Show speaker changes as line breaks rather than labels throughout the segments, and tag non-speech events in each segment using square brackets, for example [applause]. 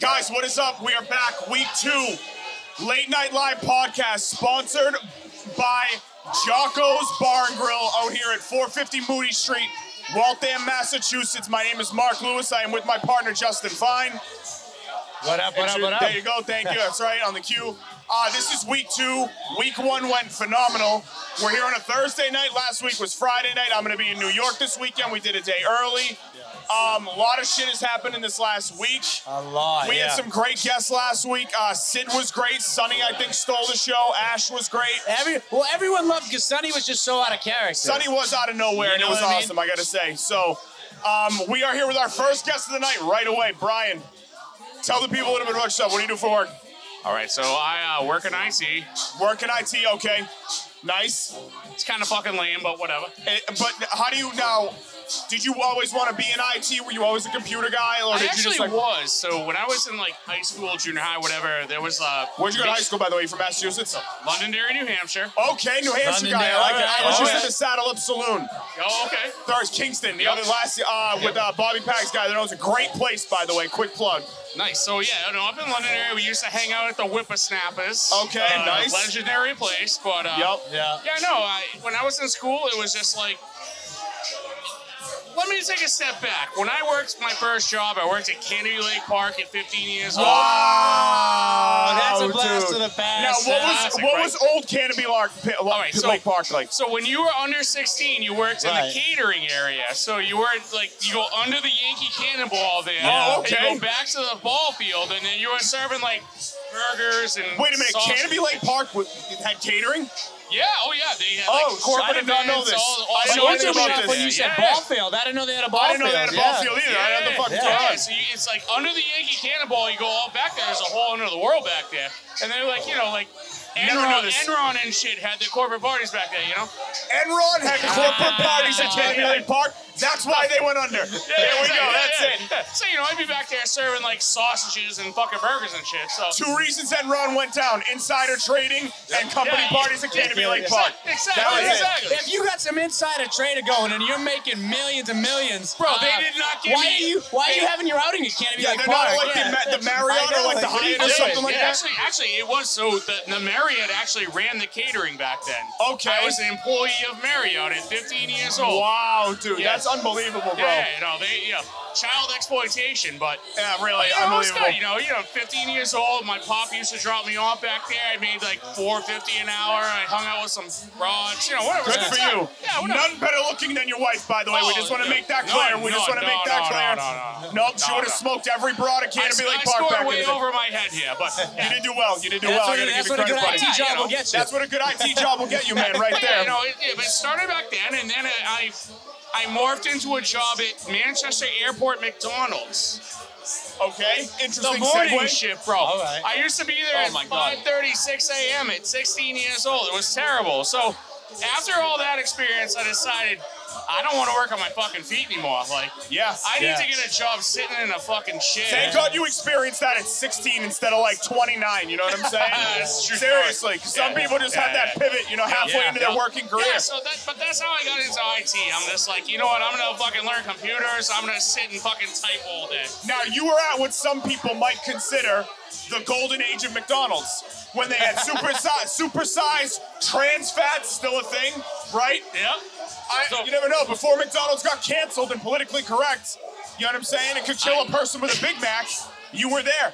Guys, what is up? We are back, week two, Late Night Live podcast, sponsored by Jocko's Bar and Grill out here at 450 Moody Street, Waltham, Massachusetts. My name is Mark Lewis. I am with my partner, Justin Fine.
What up, what up, what up?
There you go. Thank you. That's right on the cue. Uh, this is week two. Week one went phenomenal. We're here on a Thursday night. Last week was Friday night. I'm going to be in New York this weekend. We did a day early. Um, a lot of shit has happened in this last week.
A lot.
We
Oh, yeah.
had some great guests last week. Uh, Sid was great. Sonny, I think, stole the show. Ash was great.
Every, well, everyone loved because Sonny was just so out of character.
Sonny was out of nowhere, and it
know
was
what I mean?
awesome, I got to say. So um, we are here with our first guest of the night right away. Brian, tell the people a little bit about yourself. What do you do for work?
All right, so I uh, work in IC.
Work in IT, okay. Nice.
It's kind of fucking lame, but whatever.
Eh, But how do you now? Did you always want to be in IT? Were you always a computer guy, or
I
did you
actually
Oh, just like?
was. So when I was in like high school, junior high, whatever, there was uh,
Where'd you go to high school, by the way? You from Massachusetts?
Londonderry, New Hampshire.
Okay, New Hampshire
Londonderry,
guy. I like it. I was
alright,
just at
alright.
the Saddle Up Saloon.
Oh, okay.
There's Kingston, the
Yep.
other last uh, with uh, Bobby Pax guy that owns a great place, by the way. Quick plug.
Nice. So yeah, no, up in Londonderry, we used to hang out at the Whippersnappers.
Okay,
uh,
nice.
Legendary place, but uh,
Yep.
Yeah.
Yeah, no. I, when I was in school, it was just like. Let me take a step back. When I worked my first job, I worked at Kennedy Lake Park at 15 years old.
Wow,
that's a blast
dude.
to the
Now,
past.
what was
Classic,
what
right?
was old Canopy Lark, All
right, so-
Lake Park like?
So when you were under 16, you worked
Right.
in the catering area. So you were like, you go under the Yankee Cannonball there.
Oh,
and
okay.
you go back to the ball field, and then you were serving like burgers and.
Wait a minute,
sausage.
Canopy Lake Park w- had catering?
Yeah, oh yeah, they had
Oh,
like
corporate
side
did not know
events,
this.
All, all
But
I didn't know
sorts
what's your
of
anything about
shit
chef
this.
when you said
yeah.
ball field? I didn't know they had a ball
I
field.
didn't know they had a ball
yeah.
field either.
Yeah,
I didn't know what the fuck
yeah.
yeah,
going on.
so you, it's like under the Yankee Cannonball, you go all back there. There's a whole another world back there, and they're like, you know, like
never know
Enron,
this.
Enron and shit had their corporate parties back there, you know.
Enron had corporate parties
Ah.
at Canopy Lake Park. That's why they went under. there we go. That's it.
So you know, I'd be back there serving like sausages and fucking burgers and shit. So
Two reasons Enron went down: insider trading and company
Yeah.
parties at Canopy
Yeah,
Lake
yeah.
Park.
Exactly.
That was it.
exactly.
If you got some insider trader going and you're making millions and millions, uh,
Bro, they did not give
why
me-
Are you, why are you
they-
having your outing at Canopy
Yeah,
Lake
they're
Park?
not like
Yeah.
the, Ma- the Marriott
I know,
or like the
like, what are you
Hyatt or
doing?
something like
yeah,
that.
Actually, actually, it was so the, the Marriott actually ran the catering back then.
Okay.
I was an employee of Marriott at 15 years old.
Wow, dude,
Yeah.
that's unbelievable, bro.
Yeah, you know, they, yeah, child exploitation, but.
Yeah, really,
You know, it's
unbelievable.
good, you know, you know, 15 years old. My pop used to drop me off back there. I made like 4.50 an hour. I hung out with some broads. You know, whatever.
Good
It's
for
time.
you.
Yeah, whatever.
None better looking than your wife, by the way.
Oh,
we just want to
yeah.
make that
No,
clear. we just
no,
want to
no,
make that
no,
clear.
no, no, no.
Nope, she
No,
would have
no.
smoked every broad at
I,
Canterbury
I
Lake Park
scored
back in the
way
day.
over my head here,
[laughs]
but
You did do well. You did do
That's
well.
what
I
a-
gotta give
that's
you
what a
credit,
good
buddy.
IT
Yeah,
job
you
will
know.
get you.
That's what a good
[laughs]
IT job will get you, man, right
Yeah,
there.
you know, it, yeah, but it started back then, and then I, I, I morphed into a job at Manchester Airport McDonald's.
Okay,
The
interesting
morning
segue.
shift, bro.
All right.
I used to be there
Oh
at
my God.
5:30, 6 a.m. at 16 years old. It was terrible. So after all that experience, I decided I don't want to work on my fucking feet anymore. Like,
Yeah.
I need
Yeah.
to get a job sitting in a fucking chair.
Thank God you experienced that at 16 instead of like 29. You know what I'm
[laughs]
saying?
That's a true
Seriously, 'cause
story.
some
Yeah,
people just
yeah,
have that
yeah.
pivot, you know, halfway
Yeah.
into their working career.
Yeah, so that, but that's how I got into IT. I'm just like, you know what? I'm gonna fucking learn computers. I'm gonna sit and fucking type all day.
Now you were at what some people might consider the golden age of McDonald's when they had super size, super size trans fats still a thing, right?
Yep.
I, you never know. Before McDonald's got canceled and politically correct, you know what I'm saying? It could kill a person with a Big Mac. You were there.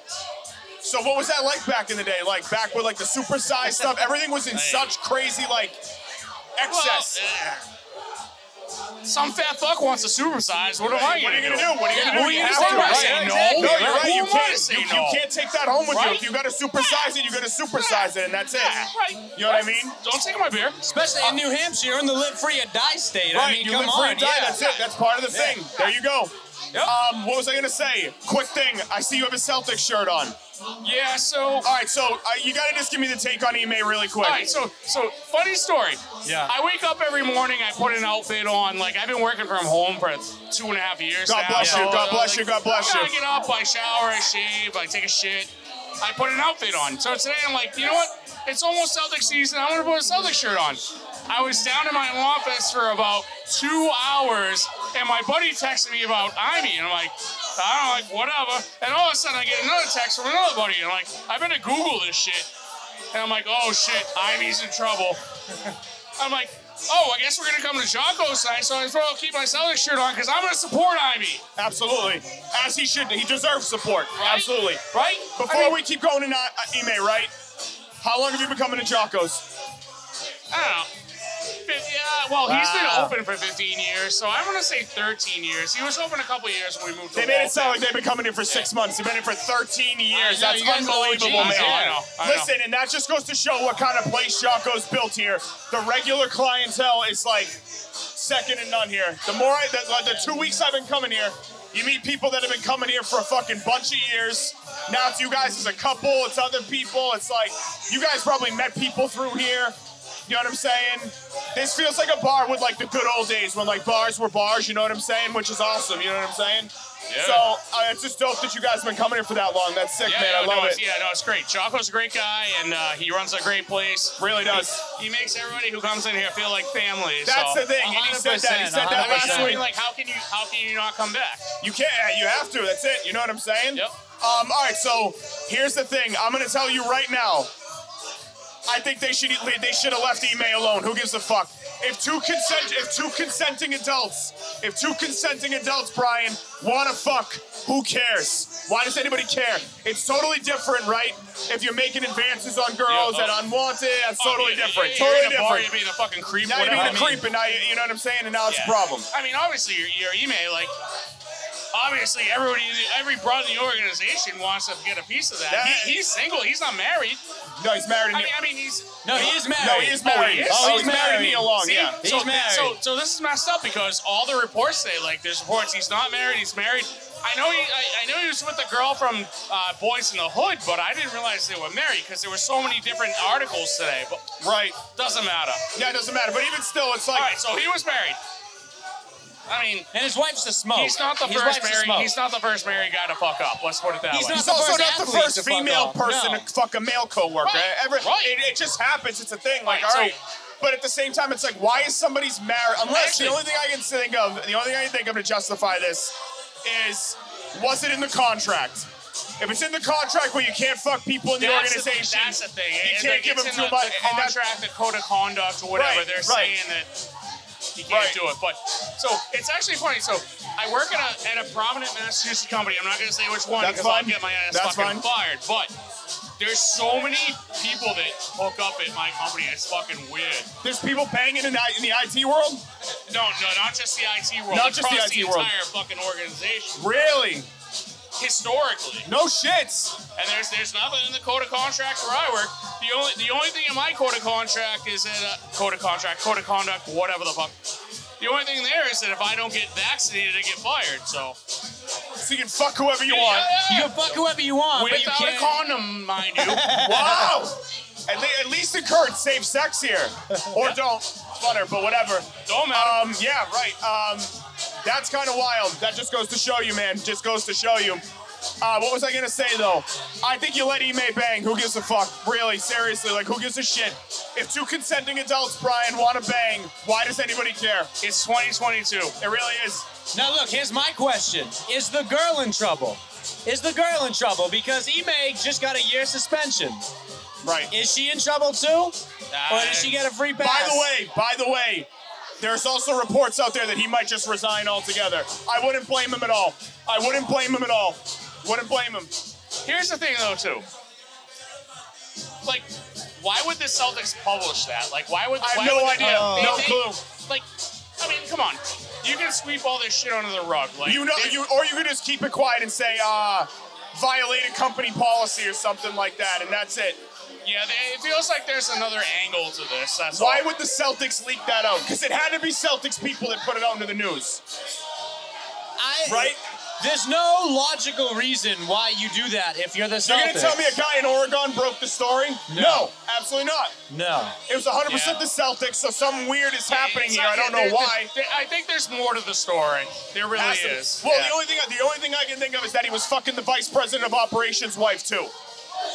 So what was that like back in the day? Like back with like the super size stuff. Everything was in such crazy like excess.
Well, eh. some fat fuck wants to supersize. What am I
What are you
gonna
gonna
do?
do? What are you
Yeah,
gonna do?
who are you
have
gonna
to,
do?
right?
Say no?
No,
Exactly.
you're right.
Who
You
am I to
can't.
say
You, you
no?
can't take that home with you.
Right?
If you got to supersize it, you got to supersize it, and that's it.
Yeah, right.
You know what I mean?
Don't take my beer.
Especially in New Hampshire, you're in the live free or die state. I
Right.
mean,
you
come
live
on.
free or die.
yeah.
That's it. That's part of the
Yeah.
thing. There you go.
Yep.
Um, what was I gonna say? Quick thing. I see you have a Celtics shirt on.
Yeah. So
All right, so uh, you gotta just give me the take on Ime really quick.
All right, so so funny story.
Yeah.
I wake up every morning. I put an outfit on. Like I've been working from home for two and a half years.
God
now,
bless you,
so,
God
uh,
bless
like,
you, God bless
yeah,
you.
I get up. I shower. I shave. I take a shit. I put an outfit on. So today I'm like, you know what? It's almost Celtic season. I'm gonna put a Celtic shirt on. I was down in my office for about two hours, and my buddy texted me about Ivy, and I'm like, I don't like whatever. And all of a sudden, I get another text from another buddy, and I'm like, I better Google this shit. And I'm like, oh shit, Ivy's in trouble. I'm like, oh, I guess we're gonna come to Jocko's tonight, so I as well keep my Celtics shirt on because I'm gonna support Ivy,
Absolutely. As he should. He deserves support.
Right?
Absolutely.
right?
Before
I mean,
we keep going to not uh, Ime, right? How long have you been coming to Jocko's?
I don't know. 50, uh, oh, well, he's
Wow.
been open for 15 years, so I'm gonna say 13 years. He was open a couple years when we moved.
They
to
made
Waltham.
it sound like they've been coming here for six months. They've been here for 13 years.
I know,
That's
you guys are
unbelievable,
OGs,
man.
yeah. I
know, I know.
Listen, and that just goes to show what kind of place Jocko's built here. The regular clientele is like second to none here. The more I, the, like, the two weeks I've been coming here, you meet people that have been coming here for a fucking bunch of years. Now it's you guys as a couple, it's other people. It's like you guys probably met people through here. You know what I'm saying? This feels like a bar with like the good old days when like bars were bars. You know what I'm saying? Which is awesome. You know what I'm saying?
Yeah.
So uh, it's just dope that you guys have been coming here for that long. That's sick,
Yeah,
man.
no,
I love
no,
it.
it's- Yeah, no, it's great. Jocko's a great guy, and uh, he runs a great place.
Really does.
He makes everybody who comes in here feel like family.
That's
so.
the thing. And he said that. He said that
Like,
last
I mean,
week.
like, how can you how can you not come back?
You can't. uh, You have to. That's it. You know what I'm saying?
Yep.
Um. All right. So here's the thing. I'm gonna tell you right now. I think they should they should have left email alone. Who gives a fuck? If two consent if two consenting adults if two consenting adults Brian want to fuck, who cares? Why does anybody care? It's totally different, right? If you're making advances on girls
Yeah, oh.
and unwanted, that's totally
Yeah,
different.
yeah,
totally
you're in a bar,
different.
You're being a fucking creep.
Now
whatever.
you're being
I
a
mean,
creep, and now you, you know what I'm saying, and now it's
yeah.
a problem.
I mean, obviously your your email like. Obviously, everybody, every brother in the organization wants to get a piece of that.
Yeah.
He, he's single. He's not married.
No, he's married.
I mean,
in the-
I mean, he's
No, he is married.
No, he
Oh,
is
he
married.
is?
Oh,
Oh,
he's
he's
married
married.
Neil Long,
See?
yeah.
He's
so,
married.
So, so this is messed up because all the reports say like there's reports he's not married, he's married. I know he, I, I know he was with a girl from uh, Boys in the Hood, but I didn't realize they were married because there were so many different articles today. But
Right.
doesn't matter.
Yeah, it doesn't matter. But even still, it's like
All right, so he was married. I mean,
And his wife's a smoke.
he's not the
his wife's
first
a
married.
smoke.
He's not the first married guy to fuck up. Let's put it that
He's not
way.
he's also
first
not the
athlete
first
to fuck
female
off.
person
No.
to fuck a male coworker.
Right.
Ever,
Right.
It, it just happens. It's a thing. Like,
Right,
all right.
so-
but at the same time, it's like, why is somebody's married? Unless
Actually-
the only thing I can think of, the only thing I can think of to justify this is, was it in the contract? If it's in the contract where you can't fuck people in the
That's
organization,
The, that's the thing.
you
And
can't
it's
give them
in
too
the,
much.
The
and that's-
contract, the code of conduct, or whatever.
Right,
they're
right.
saying that he can't
Right.
do it. But so it's actually funny. So I work at a, at a prominent Massachusetts company. I'm not going to say which one
That's
because
fine.
I'll get my ass
That's
fucking
fine.
fired. But there's so many people that hook up at my company. It's fucking weird.
there's people banging in the, in the IT world.
No, no, not just the IT world.
Not just the
across
IT
the
world.
entire fucking organization.
Really?
Historically.
No shits.
And there's there's nothing in the code of contract where I work. The only the only thing in my code of contract is that uh, code of contract, code of conduct, whatever the fuck. The only thing there is that if I don't get vaccinated, I get fired. So
So you can fuck whoever you want.
You can fuck whoever you want, but you
without a
can't.
condom, mind
[laughs]
you.
Wow! At, le- at least encourage safe sex here, or don't butter, but whatever.
Don't matter.
Um, yeah, right. Um, that's kind of wild. That just goes to show you, man. Just goes to show you. Uh, what was I gonna say though? I think you let Ime bang. Who gives a fuck? Really, seriously, like who gives a shit? If two consenting adults, Brian, want to bang, why does anybody care?
it's 2022.
It really is.
Now look, here's my question: Is the girl in trouble? Is the girl in trouble because Ime just got a year suspension?
Right.
Is she in trouble too, or did she get a free pass?
By the way, by the way, there's also reports out there that he might just resign altogether. I wouldn't blame him at all. I wouldn't blame him at all. Wouldn't blame him.
Here's the thing, though, too. Like, why would the Celtics publish that? Like, why would?
I have
why
no
would they-
idea. No clue.
Like, I mean, come on. You can sweep all this shit under the rug. Like,
You know,
they-
you or you could just keep it quiet and say, uh, violated company policy or something like that, and that's it.
Yeah, they, it feels like there's another angle to this. That's
Why
all.
would the Celtics leak that out? Because it had to be Celtics people that put it out into the news,
I,
Uh, right?
There's no logical reason why you do that if you're the Celtics.
You're gonna tell me a guy in Oregon broke the story? No, absolutely not.
No.
It was 100%
Yeah.
the Celtics, so something weird is happening
It's
here.
not-
I don't
there-
know
there-
why.
there- I think there's more to the story. There really
Has to-
is.
Well,
Yeah.
the only thing the only thing I can think of is that he was fucking the vice president of operations' wife too.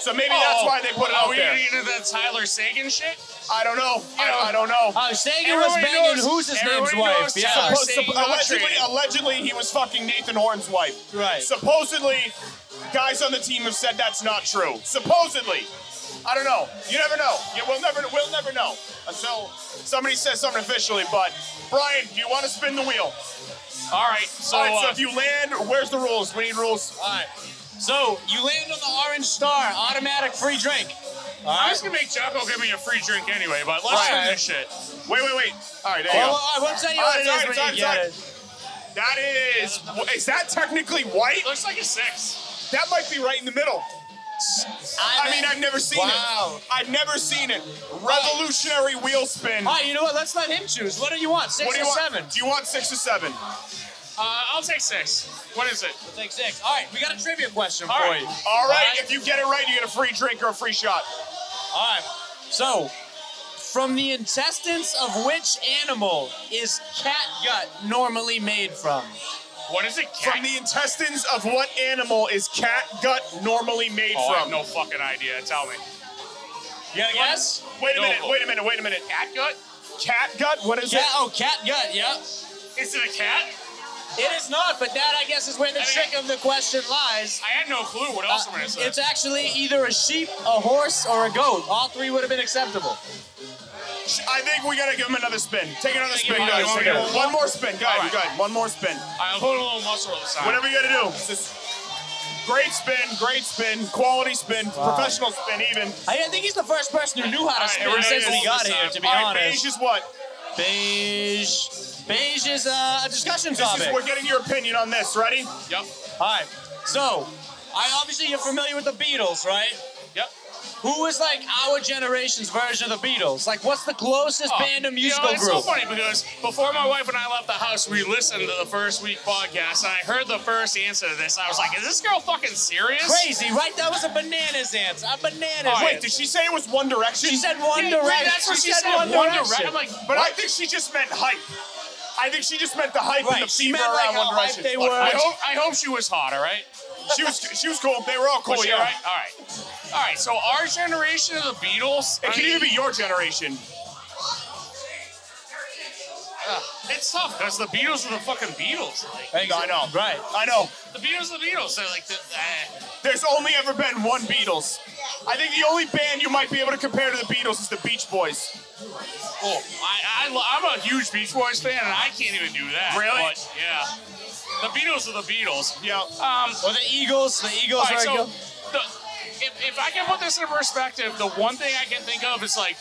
So maybe that's why they put it
oh,
out there.
Are we into that Tyler Sagan shit?
I don't know. I,
know,
I don't know.
Oh, Sagan was
Everybody
banging
knows-
who's his name's
everybody
wife.
knows
Yeah.
Tyler
Suppo-
Sagan
supp-
got
allegedly,
traded.
allegedly, he was fucking Nathan Horn's wife.
Right.
Supposedly, guys on the team have said that's not true. Supposedly, I don't know. You never know. Yeah, we'll never, we'll never know until somebody says something officially. But Brian, do you want to spin the wheel?
All right, so,
All right. So
uh,
if you land, where's the rules? We need rules.
All right. So you land on the orange star, automatic free drink. All
I
right.
was gonna make Jocko give me a free drink anyway, but let's
Right.
do this shit.
Wait, wait, wait. All right, there you
Well,
go.
I won't tell you
All
what
right,
it
all right,
is
all
when
right,
you
all
get
right.
it.
That is. Is that technically white?
Looks like a six.
That might be right in the middle. I mean, I've never seen
Wow.
it. I've never seen it. Revolutionary wheel spin.
All right, you know what? Let's let him choose. What do you want? Six
What do
or
you want?
seven?
Do you want six or seven?
Uh, I'll take six. What is it?
Take six. All right, we got a trivia question
All
for
right.
you.
All right.
All right.
If you get it right, you get a free drink or a free shot.
All right. So, from the intestines of which animal is cat gut normally made from?
What is it? Cat?
From the intestines of what animal is cat gut normally made
oh, I have
from?
no fucking idea. Tell me.
You got a guess?
Wait a
No.
minute. Wait a minute. Wait a minute.
Cat gut?
Cat gut? What is
Cat, oh, cat gut, yep.
Is it a cat?
It is not, but that, I guess, is where the
I mean-
trick of the question lies.
I had no clue what else I'm
Uh,
gonna say.
it's actually either a sheep, a horse, or a goat. All three would have been acceptable.
it? I think we gotta give him another spin. Take another
Thank you,
spin,
Mike.
guys.
You want
Take
me to-
another- One more spin,
All
guys.
right.
Guys, one more spin.
I'm putting a little muscle this time.
Whatever you gotta do. This is- Great spin, great spin, quality spin, professional spin, even.
I, I think he's the first person who knew how to
Alright,
spin
we're gonna
since we
roll
got
this
here,
up.
to be
All right,
honest.
beige is what?
Beige. Beige is uh, a discussion
This
topic.
is, we're getting your opinion on this. Ready?
Yep.
All right. So, I obviously you're familiar with the Beatles, right?
Yep.
Who was like our generation's version of the Beatles? Like, what's the closest
Oh,
band of
you know,
musical
it's
group?
so funny because before my wife and I left the house, we listened to the first week podcast, and I heard the first answer to this. I was like, "Is this girl fucking serious?"
Crazy, right? That was a bananas answer. A bananas.
Alright.
Wait, did she say it was One Direction?
she said One
Wait,
Direction.
that's what she said,
One
One
Direction.
Direction. I'm like,
But I think she just meant hype. I think she just meant the hype
Right,
and the
she
fever
meant, like,
around
how
One
hyped
Direction.
they
Look,
were.
I
I
hope-
hope, I hope she was hot. All right.
she was she was cool. They were all cool.
Was she
yeah.
all right? All right. All right. So our generation of the Beatles.
It
I
could
mean,
even be your generation.
It's tough because the Beatles are the fucking Beatles. Like,
Exa-
I know.
Right.
I know.
the Beatles are the Beatles. They're like the. Uh,
There's only ever been one Beatles. I think the only band you might be able to compare to the Beatles is the Beach Boys.
oh, I, I lo- I'm a huge Beach Boys fan, and I can't even do that.
Really?
But, yeah. The Beatles are the Beatles.
Yeah.
Um.
Or the Eagles. The Eagles
All right,
are a
so
good-
the, if, if I can put this in perspective, the one thing I can think of is like,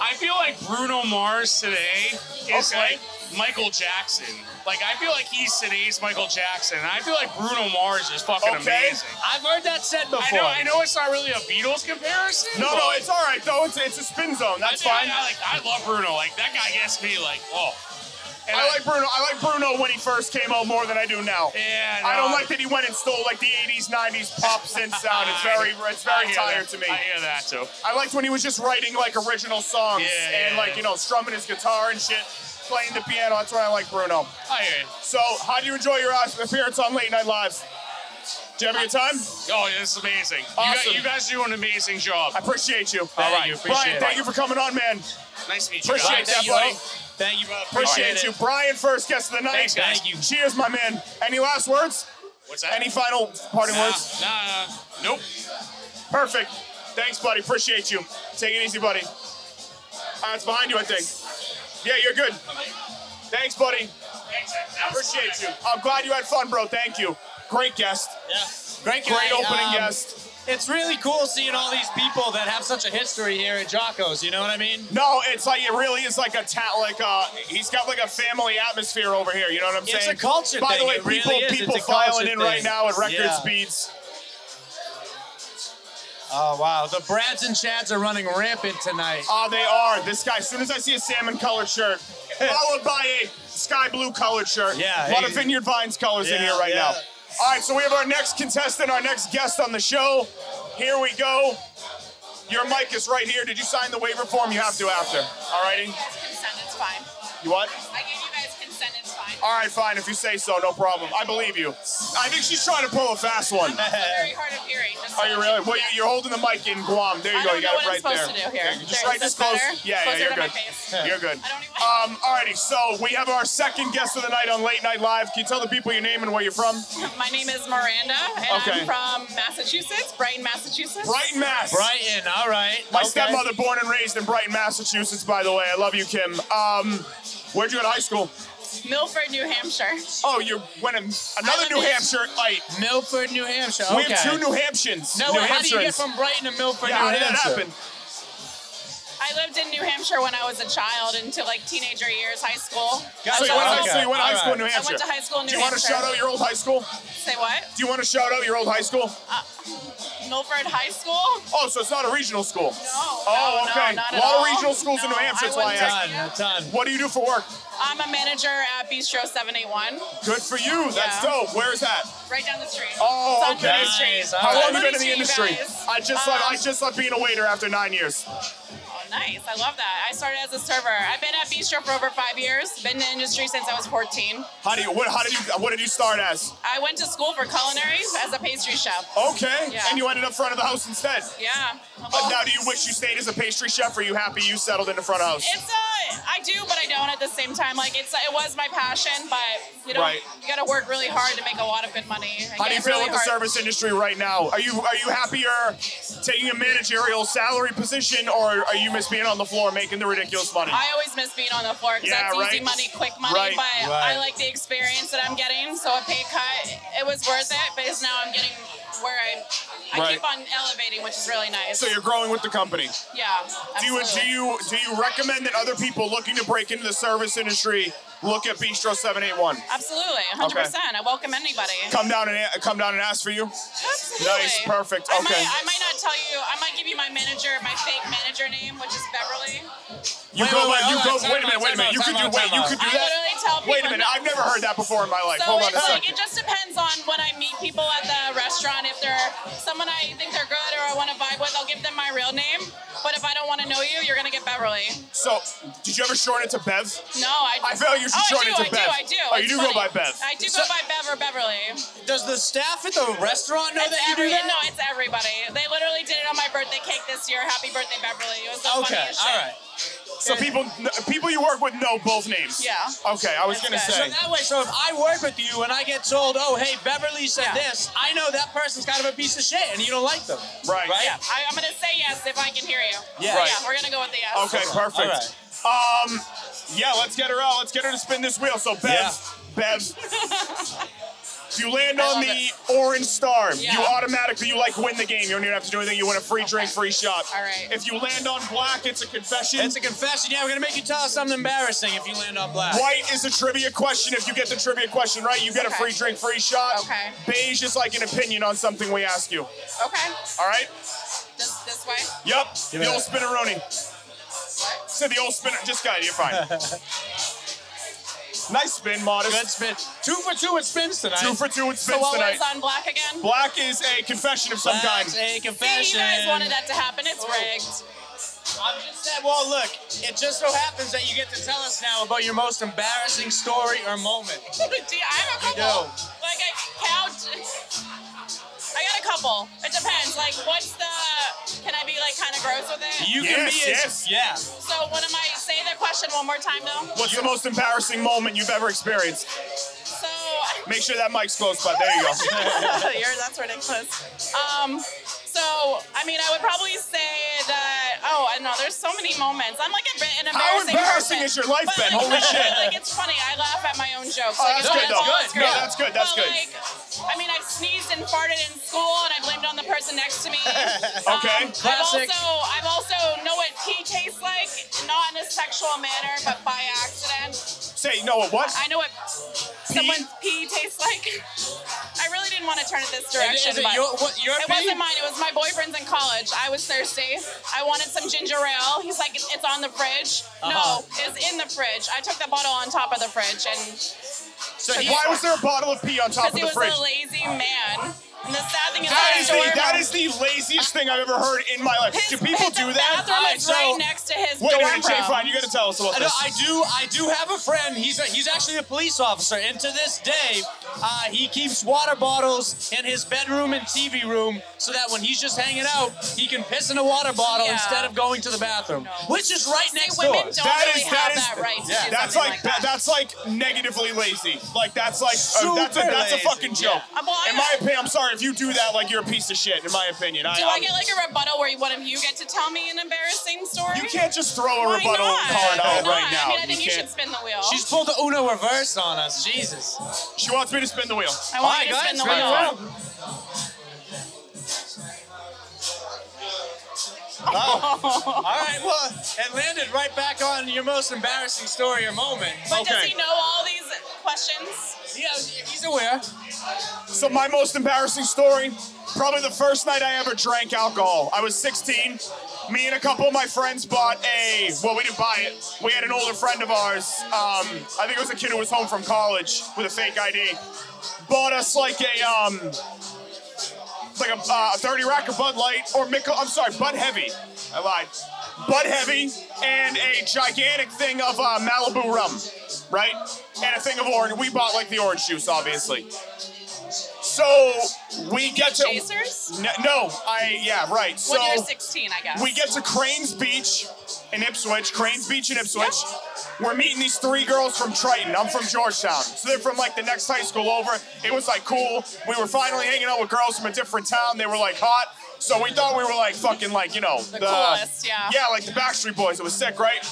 I feel like Bruno Mars today is
Okay.
like Michael Jackson. Like, I feel like he's today's Michael Jackson. and I feel like Bruno Mars is fucking
Okay.
amazing.
I've heard that said before.
I know, I know it's not really a Beatles comparison.
No,
but
no, it's all right though. It's it's a spin zone.
I
That's
think I,
fine.
I like, I love Bruno. Like, that guy gets me, like, oh. And
I like Bruno. I like Bruno when he first came out more than I do now.
Yeah,
I
no.
don't like that he went and stole like the 80s,
[laughs]
90s pop synth sound. It's
I-
very, it's
I
very
hear
tired
that.
to me.
I hear that too.
I liked when he was just writing like original songs
Yeah,
and
yeah,
like
yeah.
you know strumming his guitar and shit, playing the piano. That's when I like Bruno.
I hear it.
So, how do you enjoy your uh, appearance on Late Night Live? Did you have a good time?
Oh, yeah, it's amazing. You guys-
Awesome.
You, guys do an amazing job.
I appreciate you.
Thank
all right,
you, appreciate
Brian,
it.
thank you for coming on, man.
Nice to meet you. guys.
Appreciate that,
Thank you,
buddy.
bro. Thank you, bro.
Appreciate you,
it.
Brian. First guest of the night.
Thanks, guys.
Thank you.
Cheers, my man. Any last words?
What's that?
Any final parting
Nah,
words?
Nah, nope.
Perfect. Thanks, buddy. Appreciate you. Take it easy, buddy. Uh, it's behind you, I think. Yeah, you're good. Thanks, buddy. Appreciate you. I'm glad you had fun, bro. Thank you. Great guest.
Yeah. Great,
Great
guy.
opening
Um,
guest.
It's really cool seeing all these people that have such a history here at Jocko's. You know what I mean?
No, it's like it really is like a ta- like uh he's got like a family atmosphere over here. You know what I'm saying?
It's a culture
By
thing,
the way,
it really
people
is,
people
it's a culture
filing in right
thing.
now at record
Yeah.
speeds.
Oh wow, the Brads and Chads are running rampant tonight.
Ah, they are. This guy, as soon as I see a salmon colored shirt, followed by a sky blue colored shirt.
Yeah,
A lot of
he-
Vineyard Vines colors in
Yeah,
here right
yeah.
now. All right, so we have our next contestant, our next guest on the show. Here we go. Your mic is right here. Did you sign the waiver form? You have to after. All righty.
You guys consent, it's fine.
You what? [laughs]
I gave you guys consent, it's fine.
All right, fine. If you say so, no problem. I believe you. I think she's trying to pull a
[laughs]
fast one.
very hard of hearing. Just
Are you really? Well, you- you're holding the mic in Guam. There you
I
go.
don't
You
know
got it
what I'm
right there.
supposed to do here.
Yeah, Just
There,
right
is this
this close.
better?
Yeah,
Closer
yeah, you're
to my
good.
face.
You're good.
I don't even-
Um, alrighty, so we have our second guest of the night on Late Night Live. Can you tell the people your name and where you're from?
My name is Miranda, and I'm
Okay.
from Massachusetts, Brighton, Massachusetts.
Brighton, Mass.
Brighton, all right.
My
okay.
stepmother, born and raised in Brighton, Massachusetts. By the way, I love you, Kim. Um, where'd you go to high school?
Milford, New Hampshire.
Oh, you went in another
live
New
in-
Hampshire. Like,
Milford, New Hampshire.
we
okay.
have two New Hampshires.
Now,
New
wait, how do you get
Hampshires.
from Brighton to Milford,
Yeah,
New
how did that
Hampshire?
happen?
I lived in New Hampshire when I was a child until like teenager years, high school.
Gotcha.
I,
So you went, to-
was
Okay.
so you went to high school in New
I
Hampshire.
went to high school in New
Do you want to
Hampshire.
shout out your old high school?
Say what? Uh,
Do you want to shout out your old high school?
Milford High School?
Oh, so it's not a regional school.
No.
Oh,
no,
okay.
No, not
a
at
lot
all.
of regional schools in
No,
New
I
Hampshire. That's why I
wouldn't
asked.
thank
Done,
you.
done.
What do you do for work?
I'm a manager at Bistro 781,
Good for you. That's
Yeah.
dope. Where is that?
right down the street.
Oh,
It's on
okay.
Main Street.
Nice. All right.
How long have you been in the
Good to
industry?
you guys.
I just left. I
Um,
just left being a waiter after nine years.
Oh, nice. I love that. I started as a server. I've been at Bistro for over five years. Been in the industry since I was 14.
How do you? What? How did you? What did you start as?
I went to school for culinary as a pastry chef.
Okay.
Yeah.
And you ended up front of the house instead.
Yeah.
But now, do you wish you stayed as a pastry chef? Or are you happy you settled in the front of the house?
It's uh, I do, but I don't at the same time. Like it's, it was my passion, but you know,
Right.
you gotta work really hard to make a lot of good money. and
How do you
get
feel
really
with the
hard.
service industry right now? Are you are you happier taking a managerial salary position, or are you miss being on the floor making the ridiculous money?
I always miss being on the floor because
Yeah,
that's
right.
easy money, quick money.
Right,
But
right.
I like the experience that I'm getting, so a pay cut, it was worth it. But it's now I'm getting where I, I
Right.
keep on elevating, which is really nice.
so you're growing with the company.
yeah.
Do you do
absolutely.
you do you recommend that other people looking to break into the service industry look at Bistro Seven Eight One?
Absolutely, 100%. I welcome anybody.
Come down and a- come down and ask for you.
Absolutely.
Nice, perfect,
I
okay.
Might, I might not tell you. I might give you my manager, my fake manager name, which is Beverly.
You
Wait,
go.
wait, wait,
you
hold
go.
on, time
wait a minute.
out,
Wait a
time
minute. You
out, time
could do.
out,
Wait.
time
You
out.
could
I
do that.
literally tell people.
Wait a minute.
no.
I've never heard that before in my life.
So
Hold
it's
on a
like
second.
it just depends on when I meet people at the restaurant. If they're someone I think they're good or I want to vibe with, I'll give them my real name. But if I don't want to know you, you're gonna get Beverly.
So, did you ever shorten it to Bev?
No, I.
I feel you should
oh,
shorten it
I
to
do, I
Bev.
do, I do.
Oh, you
It's
do go
funny.
by Bev.
I do
So-
go by Bev or Beverly.
Does the staff at the restaurant know
It's
that
every,
you do that?
No, it's everybody. They literally did it on my birthday cake this year. Happy birthday, Beverly. It was the
okay,
funniest
all
shit.
right.
So people, people you work with know both names.
Yeah.
Okay, I was
That's
gonna
good.
So
say.
that way, so if I work with you and I get told, oh, hey, Beverly said
Yeah.
this, I know that person's kind of a piece of shit and you don't like them.
Right.
Right?
Yeah, I, I'm gonna say yes if I can hear you.
Yeah.
So
Right.
yeah, we're gonna go with the yes.
Okay, perfect.
Alright.
Um, yeah, let's get her out. Let's get her to spin this wheel. So Bev,
Yeah. [laughs]
Bev. If you land
I
on
love
the orange star,
Yeah.
you automatically you like win the game. You don't even have to do anything. You win a free drink, free shot.
All right.
If you land on black, it's a confession.
It's a confession. Yeah, we're going to make you tell us something embarrassing if you land on black.
White is a trivia question. If you get the trivia question right, you get a
Okay.
free drink, free shot.
Okay.
Beige is like an opinion on something we ask you.
Okay.
All right.
This this
[laughs]
way.
Yep.
me
the old
that.
spinneroni. So the old spinner. Just got it.
[laughs]
You're fine. nice spin, modest.
Good spin. Two for two it spins tonight.
Two for two with
So
spins
what
tonight.
was on black again?
Black is a confession of some
That's
kind.
a
See,
confession.
you guys wanted that to happen. It's rigged.
I'm just saying, well, look, it just so happens that you get to tell us now about your most embarrassing story or moment.
Do you, I have a couple.
Yo.
Like I count. I got a couple. It depends. Like, what's the? Can I be like kind of gross with it?
You
Yes, yes.
as, yeah.
so what am I? Say the question one more time though.
What's the most embarrassing moment you've ever experienced?
So.
Make sure that mic's close, but there you go.
[laughs] You're, that's ridiculous. Um, so I mean, I would probably say that. Oh, I know. There's so many moments. I'm like a bit an
How
embarrassing.
embarrassing
person.
is your life,
But,
Ben?
Like,
Holy
but,
shit.
Like it's funny. I laugh at my own jokes.
Oh,
like,
that's
it's not
good, though.
all
Good. No,
great.
that's good, that's
but,
good.
Like, I mean, I've sneezed and farted in school, and I blamed it on the person next
[laughs]
to me.
Okay.
Um, I've
Classic.
also, I've also know what tea tastes like, not in a sexual manner, but by accident.
Say, Noah, what?
I know what someone's pee tastes like. I really didn't want to turn it this
Is,
direction,
is it
but
your, what, your
it
pee?
wasn't mine. It was my boyfriend's in college. I was thirsty. I wanted some ginger ale. He's like, it's on the fridge.
Uh-huh.
No, it's in the fridge. I took the bottle on top of the fridge, and because
So he,
Why was there a bottle of pee on top of
he
the
was
fridge?
a lazy man. And the sad thing is,
That
I
is
still
the that
remember-
is the the laziest thing I've ever heard in my life. Do people
his
do that?
Bathroom
Alright,
is
so-
right next to his
Wait
dorm
a minute, Jay
room.
Fine, you gotta tell us about
I, know,
this.
I do. I do have a friend. He's a, he's actually a police officer, and to this day, uh, he keeps water bottles in his bedroom and TV room, so that when he's just hanging out, he can piss in a water bottle
Yeah.
instead of going to the bathroom,
No.
which is right
See,
next
women
door.
don't
That
really
is-
have
that is-
that right to
yeah.
do
That's
something
like that- that's like negatively lazy. Like that's like uh, that's a
Super
that's a
lazy,
fucking
yeah.
joke.
Uh, well, I
in my
don't-
opinion, I'm sorry if you do that. Like you're a piece of shit. In my opinion, I,
Do
I'm-
I get like a rebuttal where you, one of you get to tell me an embarrassing story?
You can't just throw a
Why
rebuttal
not?
card
Why
out
not?
right now.
I mean, I think you,
can't-
should spin the wheel.
She's pulled the Uno reverse on us. Jesus.
She wants me to spin the wheel.
I
All
want
right,
you
go
to
ahead,
spin the
spin the
wheel.
wheel.
Oh.
All right, well, it landed right back on your most embarrassing story or moment.
But does
Okay.
he know all these questions?
Yeah, he's aware.
So my most embarrassing story, probably the first night I ever drank alcohol. I was 16. Me and a couple of my friends bought a well, we didn't buy it. We had an older friend of ours. Um, I think it was a kid who was home from college with a fake ID. Bought us like a um, like a uh, 30 rack of Bud Light or Michelob. I'm sorry, Bud Heavy. I lied. Bud Heavy and a gigantic thing of uh, Malibu rum, right? And a thing of orange. We bought like the orange juice, obviously. So we get to
Chasers?
No, no, I yeah right. So
when you're 16, I guess. [laughs]
we get [laughs] to Cranes Beach in Ipswich, Cranes Beach in Ipswich. We're meeting these three girls from Triton. I'm from Georgetown. So they're from like the next high school over. It was like cool. We were finally hanging out with girls from a different town. They were like hot. So we thought we were like fucking like, you know, the,
coolest, yeah.
Yeah, like the Backstreet Boys. It was sick, right?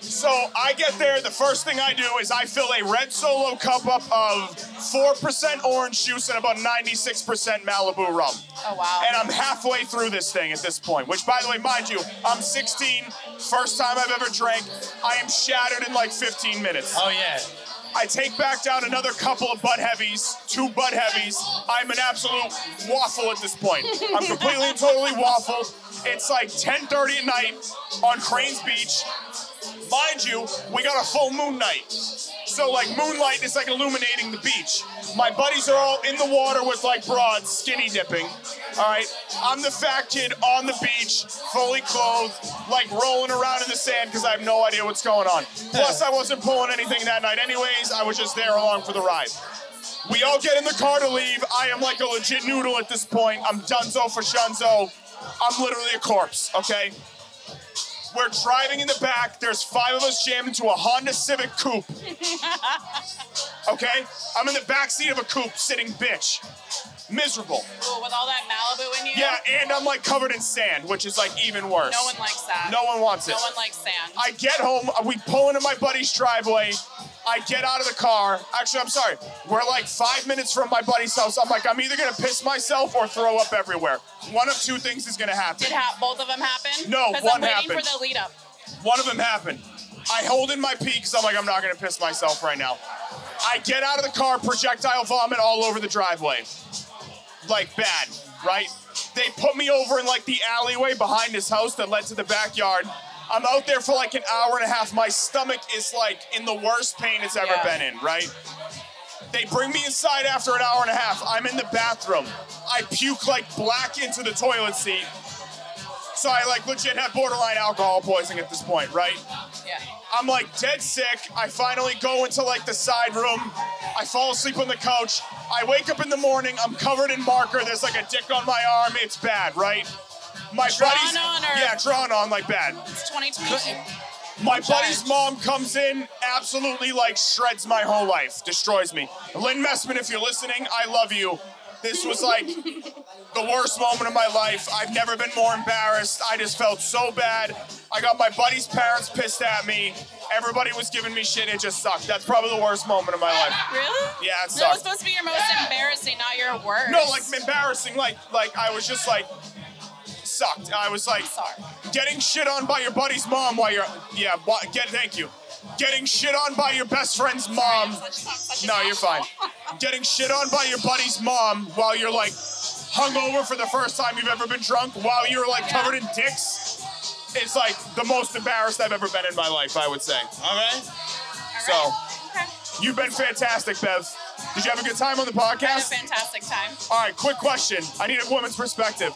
So I get there. The first thing I do is I fill a red solo cup up of 4% orange juice and about 96% Malibu rum
oh wow.
and I'm halfway through this thing at this point. Which, by the way, mind you, I'm 16, first time I've ever drank. I am shattered in like 15 minutes.
Oh, yeah.
I take back down another couple of Bud Heavies, two Bud Heavies. I'm an absolute waffle at this point. I'm completely and totally waffle. It's like 10:30 at night on Cranes Beach. Mind you, we got a full moon night. So like moonlight is like illuminating the beach. My buddies are all in the water with like broads, skinny dipping. All right, I'm the fat kid on the beach, fully clothed, like rolling around in the sand because I have no idea what's going on. Plus, I wasn't pulling anything that night, anyways. I was just there along for the ride. We all get in the car to leave. I am like a legit noodle at this point. I'm dunzo for shunzo. I'm literally a corpse, okay? We're driving in the back. There's five of us jammed into a Honda Civic coupe. okay? I'm in the back seat of a coupe sitting bitch. Miserable.
Ooh, with all that Malibu in you.
Yeah, and I'm like covered in sand, which is like even worse.
No one likes that.
No one wants it.
No one likes sand.
I get home. uh, We pull into my buddy's driveway. I get out of the car. Actually, I'm sorry. We're like five minutes from my buddy's house. I'm like, I'm either gonna piss myself or throw up everywhere. One of two things is gonna happen.
Did ha- both of them happen?
No,
Because
one
I'm waiting
happened.
for the lead up.
One of them happened. I hold in my pee because I'm like, I'm not gonna piss myself right now. I get out of the car, projectile vomit all over the driveway. Like bad, right? They put me over in like the alleyway behind his house that led to the backyard. I'm out there for like an hour and a half. My stomach is like in the worst pain it's ever
Yeah.
been in, right? They bring me inside after an hour and a half. I'm in the bathroom. I puke like black into the toilet seat. So I like legit have borderline alcohol poisoning at this point, right?
Yeah.
I'm like dead sick. I finally go into like the side room. I fall asleep on the couch. I wake up in the morning. I'm covered in marker. There's like a dick on my arm. It's bad, right? My
Drawn
buddies,
on or-
yeah, drawn on like bad.
It's 2020.
My buddy's mom comes in, absolutely like shreds my whole life, destroys me. Lynn Messman, if you're listening, I love you. This was like the worst moment of my life. I've never been more embarrassed. I just felt so bad. I got my buddy's parents pissed at me. Everybody was giving me shit. It just sucked. That's probably the worst moment of my life.
Really?
Yeah, it
That was
sucked.
supposed to be your most embarrassing, not your worst.
No, like embarrassing. Like, like I was just like sucked. I was like,
Sorry.
Getting shit on by your buddy's mom while you're yeah, wha- get thank you. Getting shit on by your best friend's mom. No, you're fine. Getting shit on by your buddy's mom while you're like hungover for the first time you've ever been drunk while you're like
Yeah.
covered in dicks. It's like the most embarrassed I've ever been in my life, I would say.
All right.
So you've been fantastic, Bev. Did you have a good time on the
I had a
podcast?
fantastic time.
All right, quick question. I need a woman's perspective.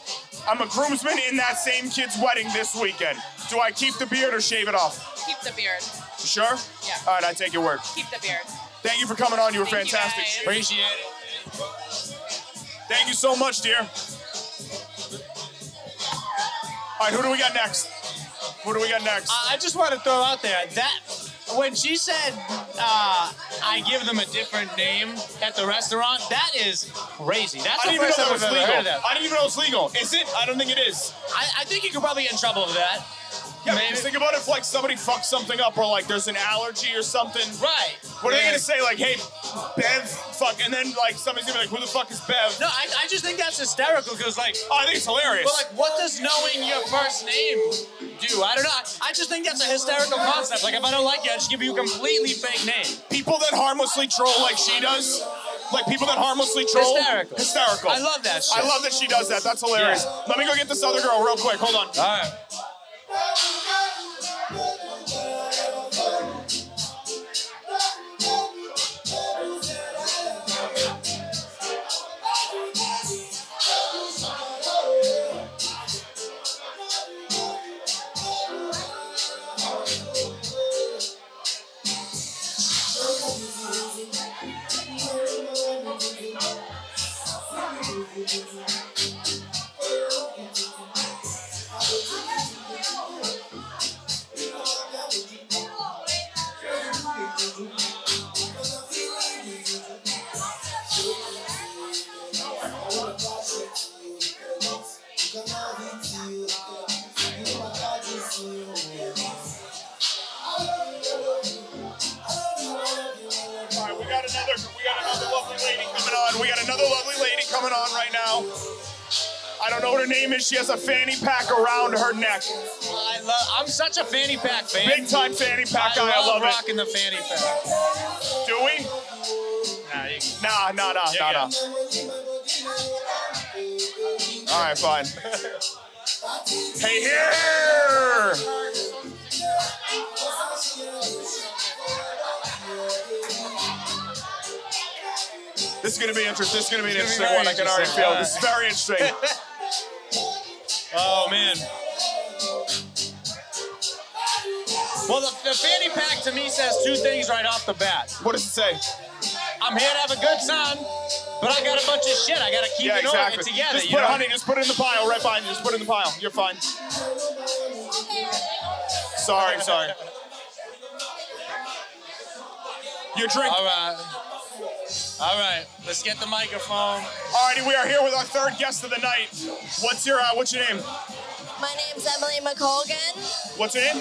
I'm a groomsman in that same kid's wedding this weekend. Do I keep the beard or shave it off?
Keep the beard.
You sure?
Yeah.
All right, I take your word.
Keep the beard.
Thank you for coming on. You were
Thank you,
fantastic.
guys.
Appreciate it.
Thank you so much, dear. All right, who do we got next? Who do we got next?
I I just want to throw out there that when she said uh, I give them a different name at the restaurant, that is crazy. That's the
I didn't even
first
know
time I've
that was
ever heard of
legal.
that.
I didn't even know it's legal. Is it? I don't think it is.
I, I think you could probably get in trouble for that.
Yeah,
Maybe.
because think about if like somebody fucks something up or like there's an allergy or something.
Right.
What are they
Yeah.
gonna say? Like, hey, Bev, fuck, and then like somebody's gonna be like, who the fuck is Bev?
No, I, I just think that's hysterical because like,
Oh, I think it's hilarious.
well, like, what does knowing your first name do? I don't know. I, I just think that's a hysterical concept. Like, if I don't like you, I just give you a completely fake name.
people that harmlessly troll like she does, like people that harmlessly troll,
Hysterical.
hysterical.
I love that
I
shit.
love that she does that. That's hilarious.
Yeah.
Let me go get this other girl real quick. Hold on.
All right.
All right, we got another, we got another lovely lady coming on. We got another lovely lady coming on right now. I don't know what her name is. She has a fanny pack around her neck.
I love. I'm such a fanny pack fan.
Big time fanny pack
I
guy. I
love
love it.
rocking the fanny pack.
Do we?
Nah, you-
Nah, nah, nah,
Yeah,
nah, nah. All
[laughs]
right, fine. hey, here! This is gonna be interesting. This is gonna be an
It's
interesting
gonna be
one. I can
very
already
interesting.
feel. This is very interesting.
[laughs] Oh man. Well, the, the fanny pack to me says two things right off the bat.
what does it say?
I'm here to have a good time, but I got a bunch of shit. I gotta keep
Yeah,
it,
exactly.
on, it together.
just
you
put,
know?
honey, just put it in the pile right behind you. Just put it in the pile. You're fine. Sorry, sorry. Your drink.
All right. All right. Let's get the microphone.
Alrighty, we are here with our third guest of the night. What's your uh, what's your name?
My name's Emily McColgan.
What's your name?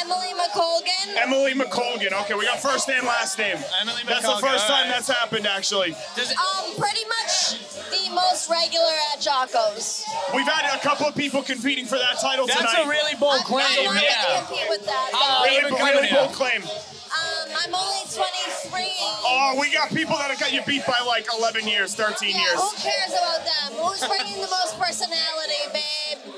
Emily McColgan.
Emily McColgan. Okay, we got first and last name.
Emily
That's the
McColgan,
first time
alright.
that's happened, actually.
Does it,
um, pretty much the most regular at Jocko's.
We've had a couple of people competing for that title
that's
tonight.
a really bold
I'm
claim.
not allowed to
Yeah.
compete with that.
How
though.
old-
really,
Emily
really
McColgan.
bold claim.
Um, I'm only 23.
Oh, we got people that have got you beat by like 11 years, 13
yeah, who
years.
cares about them? Who's bringing the most personality, babe?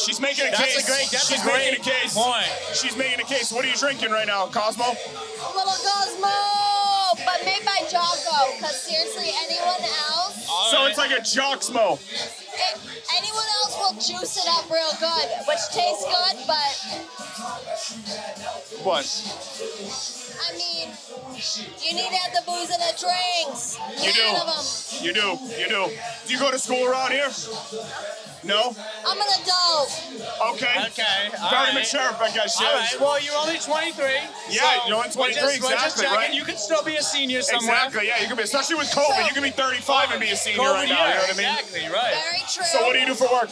She's making a
That's
case.
a great. That's a
She's
great
making a case.
point.
She's making a case. What are you drinking right now, Cosmo?
Little Gosmo, but made by Jocko. Cause seriously, anyone else,
so it's like a Joxmo.
it, anyone else will juice it up real good, which tastes good, but
What?
I mean, you need to have the booze and the drinks.
You
None
do.
of them.
You do. You do. Do you go to school around here? No?
I'm an adult.
Okay.
Okay. all
Very
right.
mature, I guess.
All right. Well, you're only 23.
Yeah,
so
you're only
we're
23,
Just, we're just
exactly,
checking.
right?
You can still be a senior somewhere.
Exactly. Yeah, you can be, especially with COVID, you can be 35 and be a senior
Go
right
over
now. You know
here,
what I mean?
Exactly. Right.
Very true.
So what do you do for work?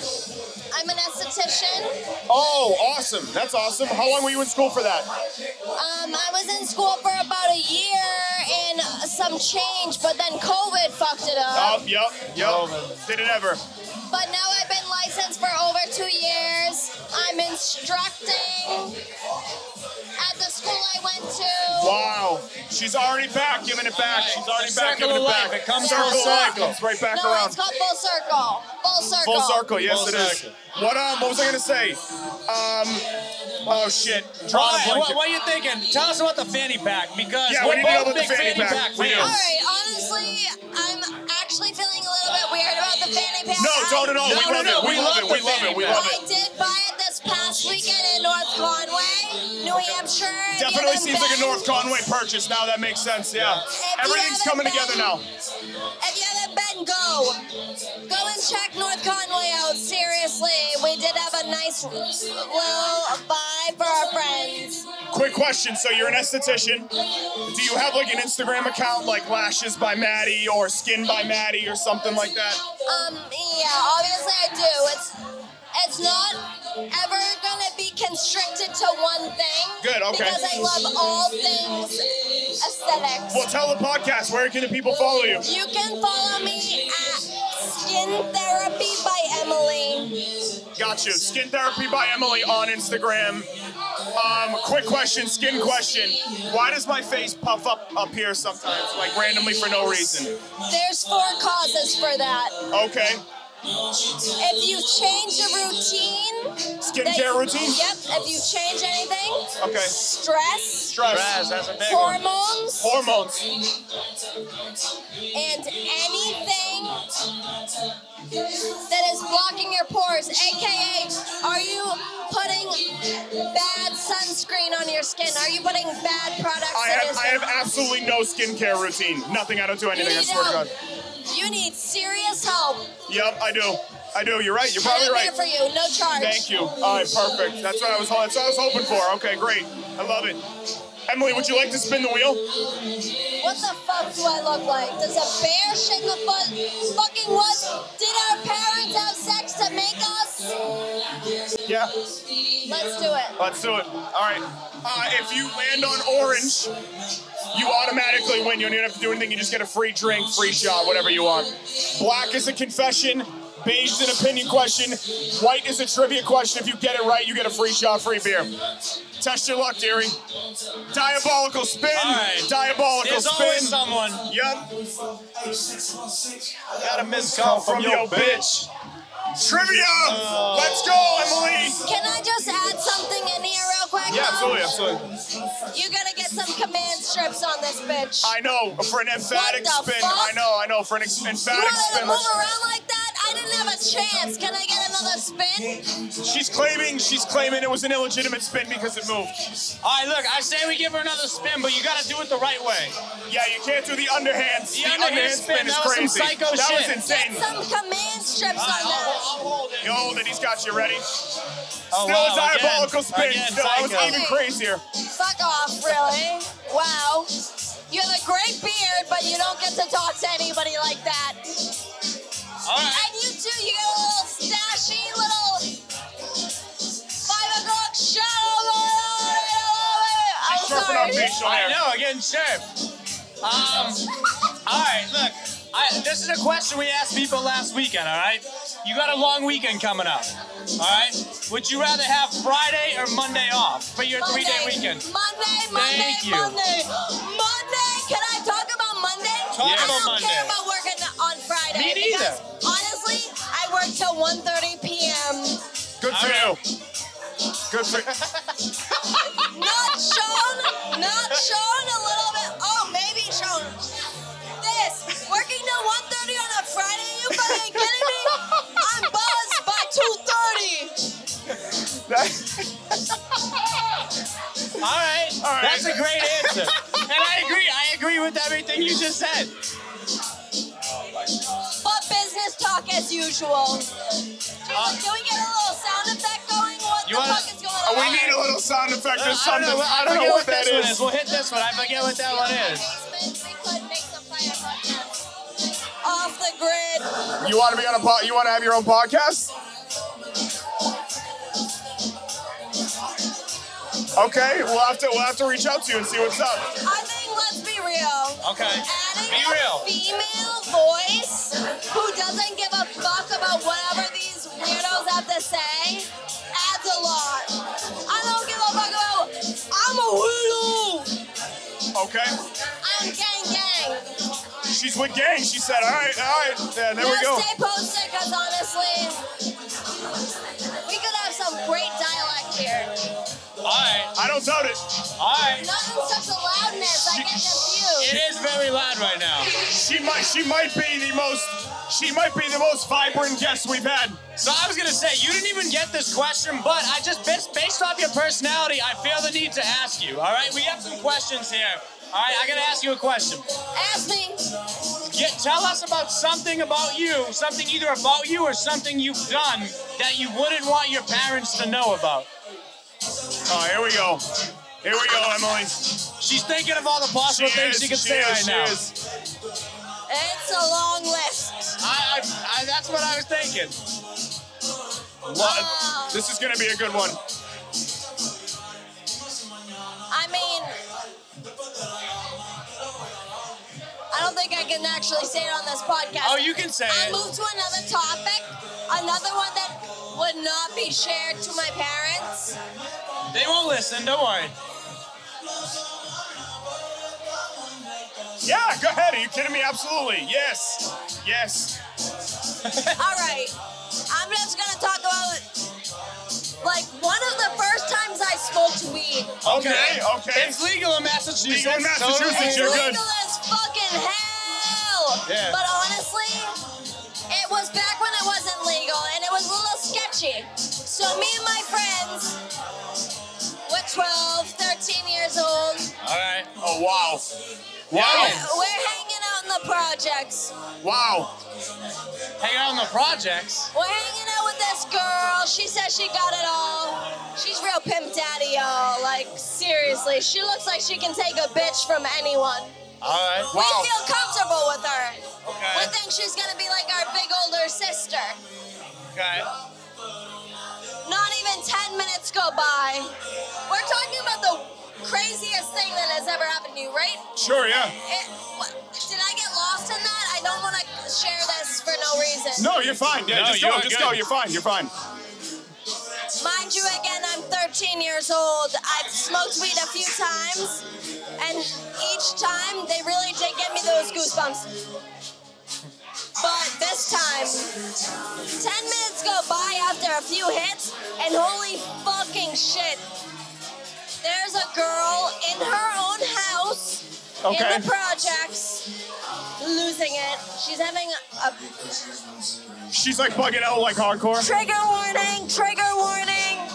I'm an esthetician.
Oh, awesome. That's awesome. How long were you in school for that?
Um, I was in school for about a year and some change, but then COVID fucked it up.
Oh, yep, yep. Did it ever?
But now I've been licensed for over two years. I'm instructing at the school I went to.
Wow. She's already back, giving it back. She's already
The
back,
circle
giving it
of life,
back.
it comes
circle
full
of life
circle.
comes right back
no,
around.
it's called full circle. Full full circle.
Full circle, yes
Full
it is.
circle.
What um, what was I gonna say? Um, oh shit. Draw
Why-
a blanket.
what, what are you thinking? Tell us about the fanny pack because
Yeah, we
we're
need to know
both
about the
big
fanny
fanny,
pack.
pack,
We do.
All
fans.
right, honestly, I'm actually feeling a little bit weird about the fanny pack.
No, don't at all.
I-
No,
we
no,
love
no,
it. We,
we
love it.
love
We
the
love
fanny
it. We
pack.
love
I
it.
did buy it this past weekend in North Conway, New Hampshire. If you
Definitely
haven't
seems like a
been-
North Conway purchase now. That makes sense. Yeah.
If you
Everything's
haven't
coming together
been-
now.
If you haven't been, go. Go and check North Conway out. Seriously, we did have a nice little vibe for our friends.
Quick question. So you're an esthetician. Do you have like an Instagram account like Lashes by Maddie or Skin by Maddie or something like that?
Um, yeah, obviously I do. It's it's not ever gonna be constricted to one thing.
Good, okay.
Because I love all things aesthetics.
Well, tell the podcast where can the people follow you?
You can follow me at Skin Therapy by Emily.
Got you. Skin therapy by Emily on Instagram. Um, quick question, skin question. Why does my face puff up up here sometimes, like randomly for no reason?
There's four causes for that.
Okay.
If you change the routine, that
Skincare
you-
routine.
Yep. If you change anything,
Okay.
stress,
Stress.
That's a big one.
hormones,
Hormones.
and anything that is blocking your pores, aka, are you putting bad sunscreen on your skin? Are you putting bad products
I
on your
have I
skin?
have absolutely no skincare routine. Nothing. I don't do
you
anything. I
need
swear to
help.
God.
You need serious help.
Yep, I do. I do. You're right. You're
And
probably
I'm
right.
here for you, no charge.
Thank you. All right, perfect. That's what I was. That's what I was hoping for. Okay, great. I love it. Emily, would you like to spin the wheel?
What the fuck do I look like? Does a bear shake a foot? Fucking what? Did our parents have sex to make us?
Yeah.
Let's do it.
Let's do it. All right. Uh, if you land on orange, you automatically win. You don't even have to do anything. You just get a free drink, free shot, whatever you want. Black is a confession. Beige is an opinion question. White is a trivia question. If you get it right, you get a free shot, free beer. Test your luck, dearie. Diabolical spin.
All right.
Diabolical
There's
spin.
always someone.
Yep.
Got a missed call
From, your, bitch. Trivia.
Oh.
Let's go, Emily.
Can I just add something in here real quick?
Yeah,
though?
absolutely, absolutely.
You're gonna get some command strips on this bitch.
I know for an emphatic
What the
spin.
fuck?
I know, I know for an ex-
you
emphatic
wanted to
spin.
move around like that? I didn't have a chance. Can I get another spin?
She's claiming, she's claiming it was an illegitimate spin because it moved.
All right, look, I say we give her another spin, but you got to do it the right way.
Yeah, you can't do the underhand. The,
underhand spin,
is
that was
crazy.
some psycho
that
shit.
was
Get
insane.
some command strips
All right,
on that.
I'll, I'll hold it.
Yo, then he's got you ready.
Oh,
Still
wow,
a diabolical
again.
spin.
Again,
Still, I was
psycho.
even crazier.
Fuck off, really. Wow. You have a great beard, but you don't get to talk to anybody like that.
All right.
And you too, you got a little stashy little five o'clock shadow going on right all over.
She's sharpening
I'm Oh, sorry.
up facial
I
hair.
know, again, sure. Um, all right, look, I, this is a question we asked people last weekend, all right? You got a long weekend coming up, all right? Would you rather have Friday or Monday off for your three day weekend?
Monday, Monday,
Thank you.
Monday. Monday. Can I talk about Monday?
Talk
I
about
don't
Monday.
care about working on Friday.
Me
because Honestly, I work till 1.30 p.m.
Good for
All
you. Good for
[laughs] Not shown. Not shown a little bit. Oh, maybe shown. This. Working till 1.30 on a Friday? You fucking kidding me? I'm buzzed by 2.30.
that.
All right,
[laughs] All right.
that's a great answer. and I agree, I agree with everything you just said.
But business talk as usual. Jesus,
Uh,
can we get a little sound effect going? What
You
the
wanna-
fuck is going on?
Oh, We need a little sound effect or
I
something.
don't know,
I
I
don't
forget
know
what
what that
this one is.
is.
We'll hit this one. I forget what that one is.
We could make some fire podcasts. Off the grid.
You want to be on a pod? You want to have your own podcast? Okay, we'll have to we'll have to reach out to you and see what's up.
I think let's be real.
Okay.
Adding
Be
a
real.
female voice who doesn't give a fuck about whatever these weirdos have to say adds a lot. I don't give a fuck about I'm a weirdo.
Okay,
I'm gang gang.
she's with gang. She said, all right, all right. Yeah, there we
Now
go.
Stay posted 'cause because honestly, we could have some great dialect here.
All right,
I don't doubt it.
all right.
Nothing such a loudness. I get
It
confused.
is very loud right now.
She might she might be the most she might be the most vibrant guest we've had.
So I was gonna say you didn't even get this question, but I just based, based off your personality, I feel the need to ask you. All right, we have some questions here. All right, I gotta ask you a question.
Ask me.
Get, tell us about something about you, something either about you or something you've done that you wouldn't want your parents to know about.
Oh, here we go. Here we go, Emily.
She's thinking of all the possible things she could say
is,
right
she
now.
is.
It's a long list.
I, I, I, that's what I was thinking.
Lo- This is gonna be a good one.
I mean, I don't think I can actually say it on this podcast.
Oh, you can say
I
it.
moved to another topic, another one that would not be shared to my parents.
They won't listen. Don't worry.
Yeah, go ahead. Are you kidding me? Absolutely. Yes. Yes.
[laughs] All right, I'm just gonna talk about like one of the first times I smoked weed.
Oh.
Okay, okay.
It's legal in Massachusetts.
Legal in Massachusetts,
Totally.
It's
you're good.
legal as fucking hell.
Yeah.
But honestly, it was back when it wasn't legal and it was a little sketchy. So me and my friends were 12, 13 years old.
All right.
Oh wow.
We're,
Wow.
we're hanging out in the projects.
Wow.
Hang out on the projects.
We're hanging out with this girl. She says she got it all. She's real pimp daddy, y'all. Like, seriously, she looks like she can take a bitch from anyone.
All right.
We feel comfortable with her. We
Okay.
think she's gonna be like our big older sister.
Okay.
Not even 10 minutes go by. We're talking about the craziest thing that has ever happened to you, right?
Sure, yeah.
It, what, did I get lost in that? I don't wanna share this for no reason.
No, you're fine. Yeah,
No,
just
you
go,
are
just
good.
go. You're fine. You're fine.
Mind you, again, I'm 13 years old. I've smoked weed a few times, and each time they really did get me those goosebumps. But this time, 10 minutes go by after a few hits, and holy fucking shit. There's a girl in her own house
Okay.
in the projects losing it. She's having a
She's like bugging out like hardcore.
trigger warning, trigger warning.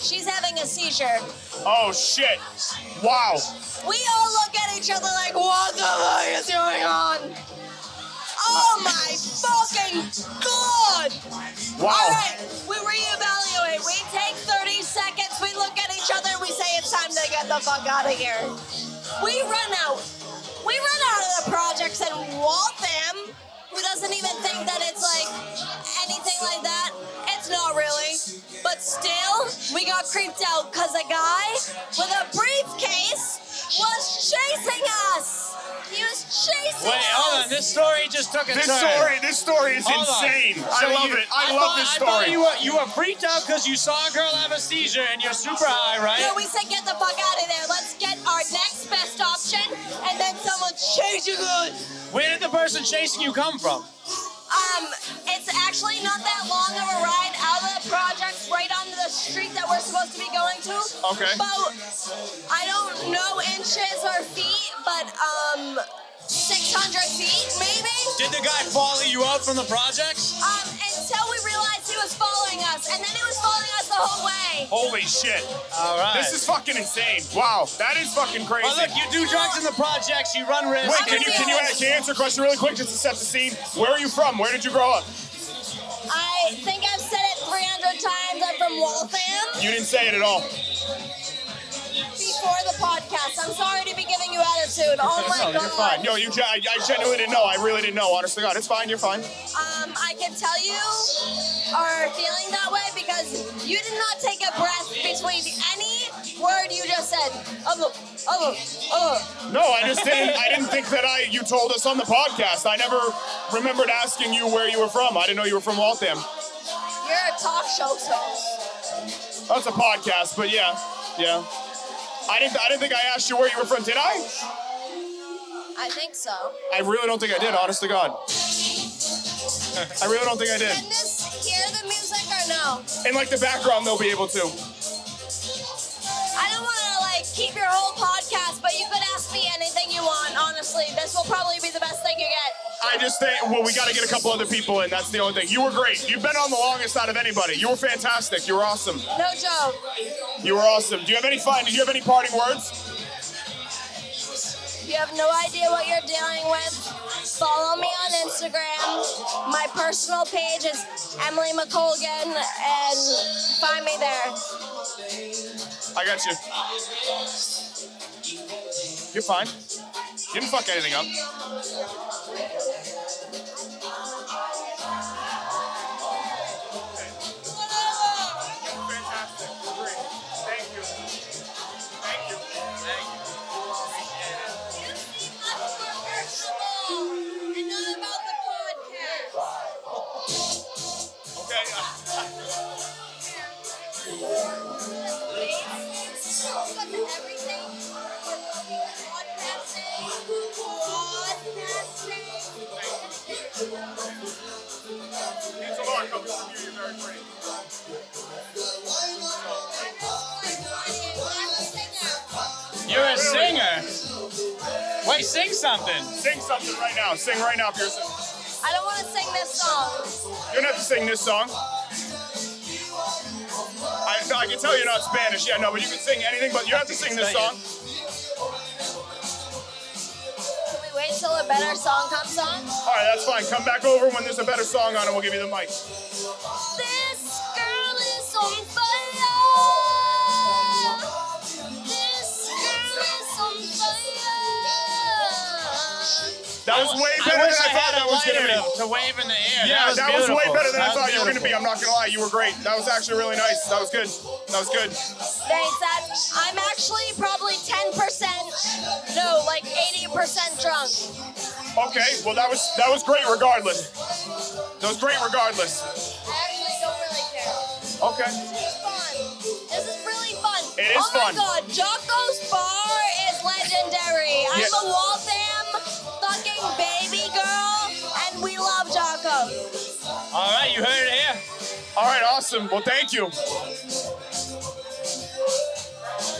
She's having a seizure.
Oh shit. Wow.
We all look at each other like, what the fuck is going on? Oh my fucking god! All
Wow.
right, we reevaluate. We take 30 seconds, we look at each other, we say it's time to get the fuck out of here. We run out. We run out of the projects and Waltham, who doesn't even think that it's like anything like that, it's not really. But still, we got creeped out because a guy with a briefcase was chasing us. He was chasing
Wait,
us.
hold on. This story just took a
This
turn.
story, this story is
Hold on.
insane.
So
I love
you-
it. I,
thought-
love this
I thought
story.
you were, you were freaked out because you saw a girl have a seizure and you're super high, right?
No, we said get the fuck out of there. Let's get our next best option, and then someone's chasing us.
Where did the person chasing you come from?
Um, it's actually not that long of a ride out of the projects, right onto the street that we're supposed to be going to.
Okay.
But I don't know inches or feet, but um, 600 feet maybe.
Did the guy follow you out from the projects?
Um, until we realized he was following us, and then he was following us the whole way.
Holy shit.
All right.
This is fucking insane. Wow. That is fucking crazy.
Oh, look, you do drugs in the projects, you run risks.
Wait, can you can you, can you answer a question really quick just to set the scene? Where are you from? Where did you grow up?
I think I've said it 300 times. I'm from Waltham.
You didn't say it at all.
before the podcast. I'm sorry to be giving you attitude. Oh my
You're fine.
god.
No, you. gen- I, I genuinely didn't know. I really didn't know. Honestly, God, it's fine. You're fine.
Um, I can tell you are feeling that way because you did not take a breath between any word you just said. Oh, oh, oh.
No, I just didn't. I didn't think that I. You told us on the podcast. I never remembered asking you where you were from. I didn't know you were from Waltham.
[laughs] You're a talk show host.
That's a podcast, but yeah, yeah. I didn't. I didn't think I asked you where you were from. Did I?
I think so.
I really don't think I did. Honest to God. I really don't think I did.
Can this hear the music or no?
In like the background, they'll be able to.
I don't want to like keep your whole podcast, but you could ask me anything you want. Honestly, this will probably be the best thing you get.
I just think, well, we got to get a couple other people in. That's the only thing. You were great. You've been on the longest out of anybody. You were fantastic. You were awesome.
No joke.
You were awesome. Do you have any fun? Did you have any parting words?
You have no idea what you're dealing with. Follow me on Instagram. My personal page is Emily McColgan, and find me there.
I got you. You're fine. You didn't fuck anything up. Fantastic. Great. Thank you. Thank you. Okay. It's a lot coming from you. You're very brave.
You're a singer. Wait, sing something.
Sing something right now. Sing right now, Pearson.
I don't want to sing this song.
You don't have to sing this song. I, no, I can tell you're not Spanish. Yeah, no, but you can sing anything, but you don't have to sing this song.
Can we wait till a better song comes on?
All right, that's fine. Come back over when there's a better song on, and we'll give you the mic.
This girl is on fire. This girl is on fire.
That was way
I
better
wish I
than I thought
had
that
a
was going to
lighter
be.
to, to wave in the air.
Yeah, that was, way
beautiful.
better than I
That was
thought you were going to be.
beautiful.
I'm not going to lie. You were great. That was actually really nice. That was good. That was good.
Thanks. That I'm actually probably 10%, no, like 80% drunk.
Okay, well, that was that was great regardless. That was great regardless.
I actually don't really care.
Okay.
This is fun. This is really fun.
It is
oh
fun.
my god, Jocko's bar is legendary.
Yeah.
I'm a Waltham fucking baby girl, and we love Jocko.
All right, you heard it here.
All right, awesome. Well, thank you.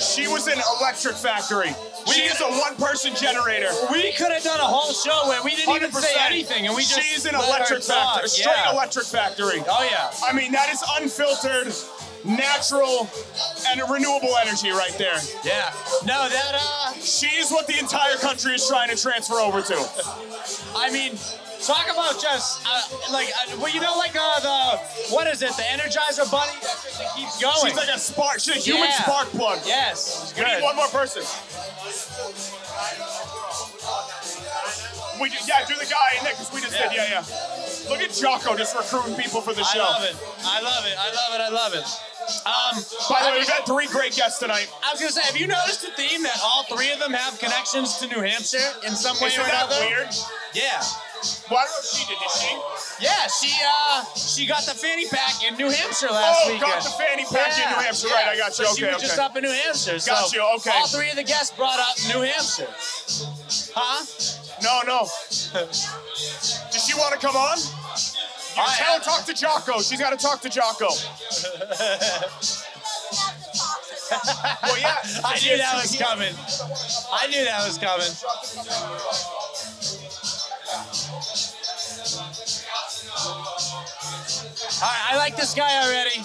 She was an electric factory. She is a one-person generator.
We could have done a whole show where we didn't even
100%.
say anything, and we just
She's an
let her
electric
talk.
factory. Straight
yeah.
electric factory.
Oh yeah.
I mean, that is unfiltered, natural, and renewable energy right there.
Yeah. No, that uh,
She's what the entire country is trying to transfer over to.
I mean, talk about just uh, like uh, well, you know, like uh, the what is it? The Energizer Bunny that just it keeps going.
She's like a spark. She's a human
Yeah.
spark plug.
yes, it's
We
good.
need one more person. We do, yeah, do the guy in there because we just did.
Yeah.
Yeah, yeah. Look at Jocko just recruiting people for the
I
show.
love it. I love it. I love it. I love it. Um,
By the way, we've had three great guests tonight.
I was gonna say, have you noticed the theme that all three of them have connections to New Hampshire in some way
Isn't
or
that
another?
weird?
Yeah.
Well, I don't know if she did, did she?
Yeah, she uh she got the fanny pack in New Hampshire last
Oh,
weekend.
got the fanny pack in New Hampshire. Right, I got you.
So she
Okay,
was
okay.
just up in New Hampshire. so
Got you, okay.
All three of the guests brought up New Hampshire. Huh?
No, no. Does she want to come on? You
I-
tell her talk to Jocko. She's got to talk
[laughs]
to Jocko.
Doesn't have to talk to Jocko.
Well, yeah.
[laughs] I knew that was coming. I knew that was coming. All right, I like this guy already.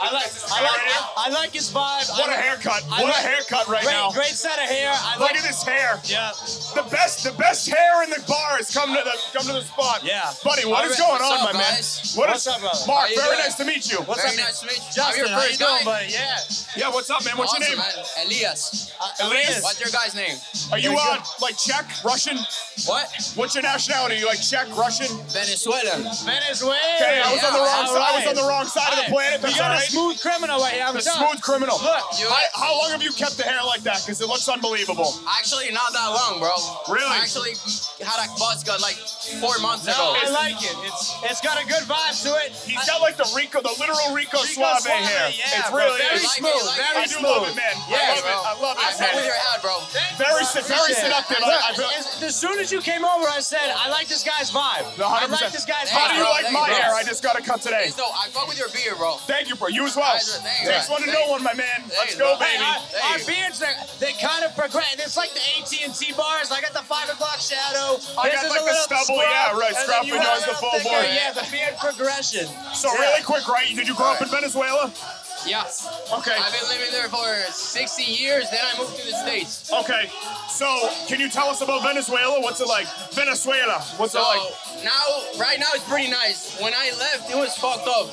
I like, I like, I, I like his vibe. I
What a
like-
haircut.
I
What a
like-
haircut right
great,
now.
Great set of hair. I
Look
like.
at his hair.
Yeah.
The best, the best hair in the bar has come to the come to the spot.
Yeah.
buddy, what is
All right,
going
what's
on, my
up,
man?
guys?
What
What's
is-
up, brother?
Mark?
How you
Very
doing?
nice to meet you.
What's
Very
up, man?
nice to meet you.
Justin,
I'm your
how you
first guy.
doing, buddy? Yeah.
yeah, what's up, man? What's
awesome,
your name?
man. Elias.
Uh,
Elias?
What's your guy's name?
Are you
Very
uh,
good.
like Czech, Russian?
What?
What's your nationality? You like Czech, Russian?
Venezuelan.
Venezuela.
Okay, I was on the wrong
All
side. I
right.
was on the wrong side of the
Hey,
planet. That's
we got
all
a
right.
smooth criminal right here. I'm
The
done.
smooth criminal.
Look,
You
I- how long have you kept the hair like that? Because it looks unbelievable.
actually not that long, bro.
Really?
I actually had a buzz cut like four months ago.
I like it. It's it's got a good vibe to it.
He's got like the Rico, the literal Rico, Suave,
Suave,
hair.
yeah,
it's
bro,
really
very
is.
Like it,
smooth,
like
I
very
do
smooth.
love it, man.
Yeah,
I love
bro.
it. I love
I
it,
fuck with
man.
your ad, bro.
Very, se- very
Appreciate it.
seductive. I,
Look,
I, feel-
as, as soon as you came over, I said, I like this guy's vibe. I
100%.
like this guy's
How
how
vibe.
do you
bro,
like
thank you,
my
bro.
hair? I just got a cut today.
So I fuck with your beer, bro.
Thank you, bro. You as well.
Guys, thank you,
Takes
bro.
one to
Thank
know one, my man. Let's
you,
go,
bro.
baby.
Hey, our-
Hey.
our beards, they they kind of progress. It's like the AT and T bars. I got the five o'clock shadow.
I
This
got
is a
like the
little
stubble,
scrub,
yeah,
and
right,
then
scrub,
you
we
got a
know it's the
little
full
thicker,
board.
Yeah, the beard progression.
So
Yeah.
really quick, right? Did you grow up in Venezuela?
Yeah.
Okay.
I've been living there for 60 years, then I moved to the States.
Okay. So can you tell us about Venezuela? What's it like? Venezuela. What's
So
it like?
now, right now, it's pretty nice. When I left, it was fucked up.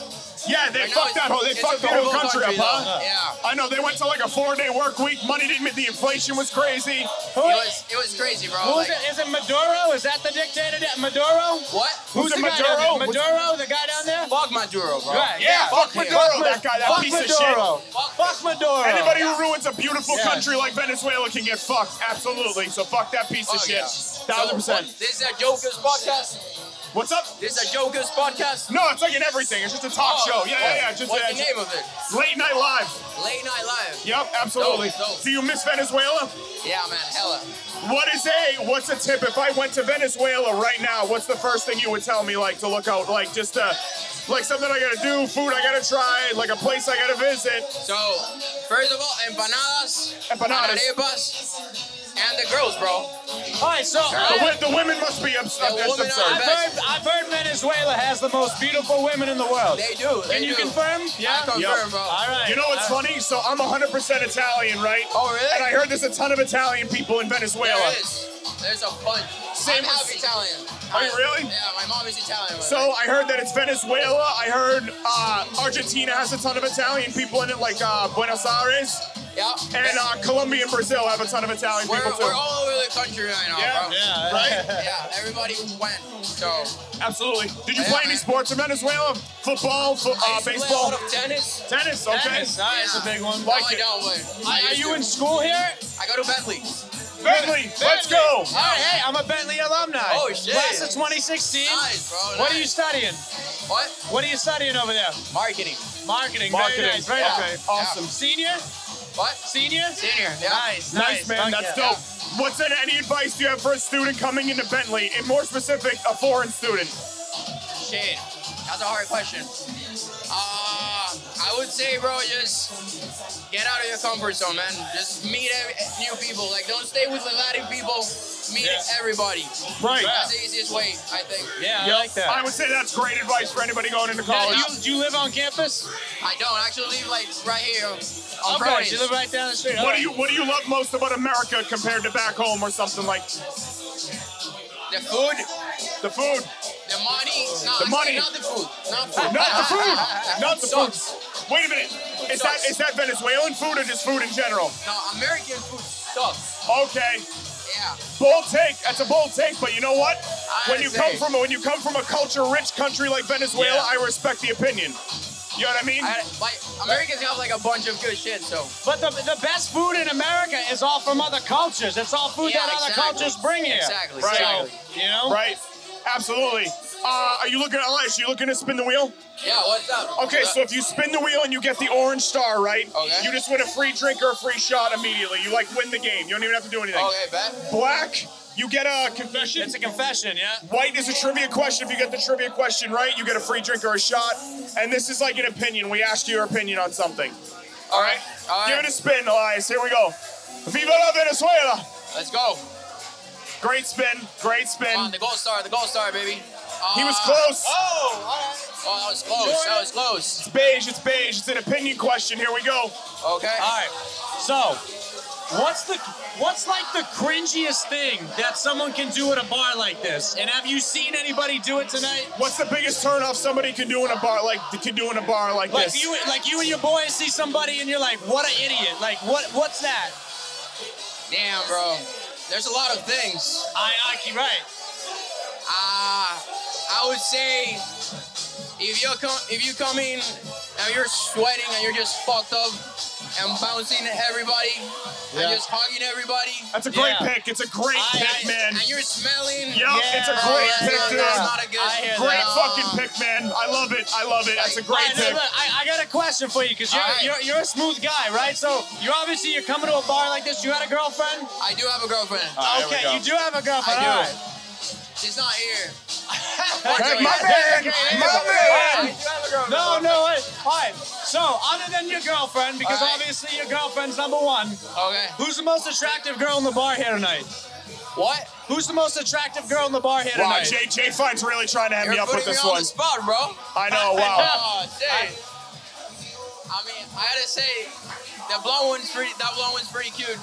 Yeah, they
Right now,
fucked
it's-
that whole. They
it's
fucked
a
the whole
beautiful
country,
country,
up, huh?
though. Yeah.
I know. They went to like a four-day work week. Money didn't. The inflation was crazy.
Who,
It was, it was crazy, bro.
who is
Like,
it? Is it Maduro? Is that the dictator? that- Maduro?
what?
Who's
the
it,
guy down there?
Maduro?
Maduro, the guy down there?
Fuck Maduro, bro.
Right,
Yeah, fuck
him.
Maduro, that guy, that
fuck
piece of shit.
Maduro. Fuck, Maduro.
Anybody who ruins a beautiful
Yeah.
country like Venezuela can get fucked. Absolutely. So fuck that piece of
Fuck
shit.
Oh, yeah.
Thousand
So,
percent.
This is a Joker's podcast.
What's up?
This is a Joker's podcast. Oh,
No, it's like in everything. It's just a talk show. Yeah, yeah, yeah. Just,
What's
uh,
the name of it?
just late night live.
Late Night Live.
Yep, absolutely.
Dope, dope.
Do you miss Venezuela?
Yeah, man, hella.
What is a what's a tip if I went to Venezuela right now? What's the first thing you would tell me like to look out like just uh like something I gotta do, food I gotta try, like a place I gotta visit.
So, first of all, empanadas,
Empanadas.
arepas, and the girls, bro.
All right, so
The,
I,
wi- the women must be ups-
The
that's
women
absurd.
are-
I've, heard, I've heard Venezuela has the most beautiful women in the world.
They do. They
Can you
do.
confirm?
I confirm,
Yep.
bro.
All right.
You know what's
Uh,
funny? So I'm 100% Italian, right?
Oh, really?
And I heard there's a ton of Italian people in Venezuela.
There is. There's a bunch.
Same
I'm half
as-
Italian.
Are you
I-
really?
Yeah, my mom is Italian.
So I heard that it's Venezuela. I heard uh, Argentina has a ton of Italian people in it, like uh, Buenos Aires,
yeah.
and uh, Colombia and Brazil have a ton of Italian
we're,
people too.
we're all over the country right now,
Yeah.
bro.
Yeah.
right? Uh,
Yeah, everybody went. So
Absolutely. Did you
Yeah,
play any
man.
sports in Venezuela? Football,
I
fo- uh,
used to play a
baseball,
lot of tennis.
tennis. Okay.
Tennis, all right, that's a big one.
Like
no,
it.
I don't. Wait.
Are,
I
are
used
you
to.
in school here?
I go to Bentley.
Bentley, let's go.
All right, hey, I'm a Bentley alumni.
Oh, shit.
Class of 2016.
Nice, bro.
What are you
nice.
studying?
What?
What are you studying over there?
Marketing.
Marketing.
Marketing.
Very nice. Very
Yeah.
nice. Awesome. Senior?
What?
Senior?
Senior. Yeah.
Nice,
Nice,
Fuck
man. That's
yeah.
dope. What's in any advice do you have for a student coming into Bentley, and more specific, a foreign student?
Shit. That's a hard question. Uh, I would say, bro, just get out of your comfort zone, man. Just meet ev- new people. Like, don't stay with the Latin people. Meet
Yeah.
everybody.
Right.
That's the easiest way, I think.
Yeah, I
Yep.
like that.
I would say that's great advice for anybody going into
Now,
college.
do, you, do you live on campus?
I don't actually live like right here on
Of course,
Providence.
you live right down the street.
what do you What do you love most about America compared to back home or something like
The food,
the food?
the money. No,
Oh. The
actually,
money.
Not the food. Not food.
Not the food.
[laughs]
[laughs]
Not the food.
Sucks.
Wait a minute. Is that is that Venezuelan food or just food in general?
No, American food sucks.
Okay.
Yeah.
Bold take. That's a bold take, but you know what?
I
When you come
say-
from when you come from a culture-rich country like Venezuela,
Yeah.
I respect the opinion. You know what I mean?
I, like, Americans have like a bunch of good shit, so.
But the, the best food in America is all from other cultures. It's all food
Yeah,
that other
exactly.
cultures bring here.
Exactly,
So,
exactly.
you know?
right. Absolutely. Uh, are you looking at Elias? You looking to spin the wheel?
Yeah, what's up?
Okay, so if you spin the wheel and you get the orange star, right?
Okay.
You just win a free drink or a free shot immediately. You like win the game. You don't even have to do anything.
Okay, bet.
Black, you get a confession.
It's a confession, yeah?
White is a trivia question. If you get the trivia question right, you get a free drink or a shot. And this is like an opinion. We ask you your opinion on something.
All right. All
Give it
right.
a spin, Elias. Here we go. Viva la Venezuela!
Let's go.
Great spin. Great
Come on,
spin.
the gold star, the gold star, baby.
He was
Uh,
close.
Oh, that was close. That was close.
It's beige. It's beige. It's an opinion question. Here we go.
Okay.
All right. So, what's the what's like the cringiest thing that someone can do at a bar like this? And have you seen anybody do it tonight?
What's the biggest turnoff somebody can do in a bar like can do in a bar like,
Like
this?
you like you and your boys see somebody and you're like, what an idiot. Like what what's that?
Damn, bro. There's a lot of things.
I I keep right.
Ah, Uh, I would say If you come, if you come in and you're sweating and you're just fucked up and bouncing everybody and
Yeah.
just hugging everybody,
That's a great
Yeah.
pick. It's a great
I-
pick,
I-
man.
and you're smelling,
Yup, it's a
Yeah.
great
Yeah,
pick,
yeah,
dude.
that's not a good.
I hear that.
Great
No.
fucking pick, man. I love it. I love it. That's a great
All right, no,
pick.
look, I, I got a question for you because you're,
All right.
you're, you're a smooth guy, right? So you're obviously you're coming to a bar like this. You got a girlfriend?
I do have a girlfriend.
right, there we go.
okay, you do have a girlfriend.
I do.
All right.
She's not here.
Hey, my man, my
I do
man.
have a girlfriend.
No, no, wait. All right. So other than your girlfriend, because
All right.
obviously your girlfriend's number one,
Okay.
who's the most attractive girl in the bar here tonight?
What?
Who's the most attractive girl in the bar here
Wow,
tonight?
Jay, Jay Fine's really trying to end me
You're
up
putting me
with this
on
one.
the spot, bro.
I know, wow.
[laughs] Oh, shit. I mean, I gotta say, that blonde one's pretty. That blonde one's pretty cute.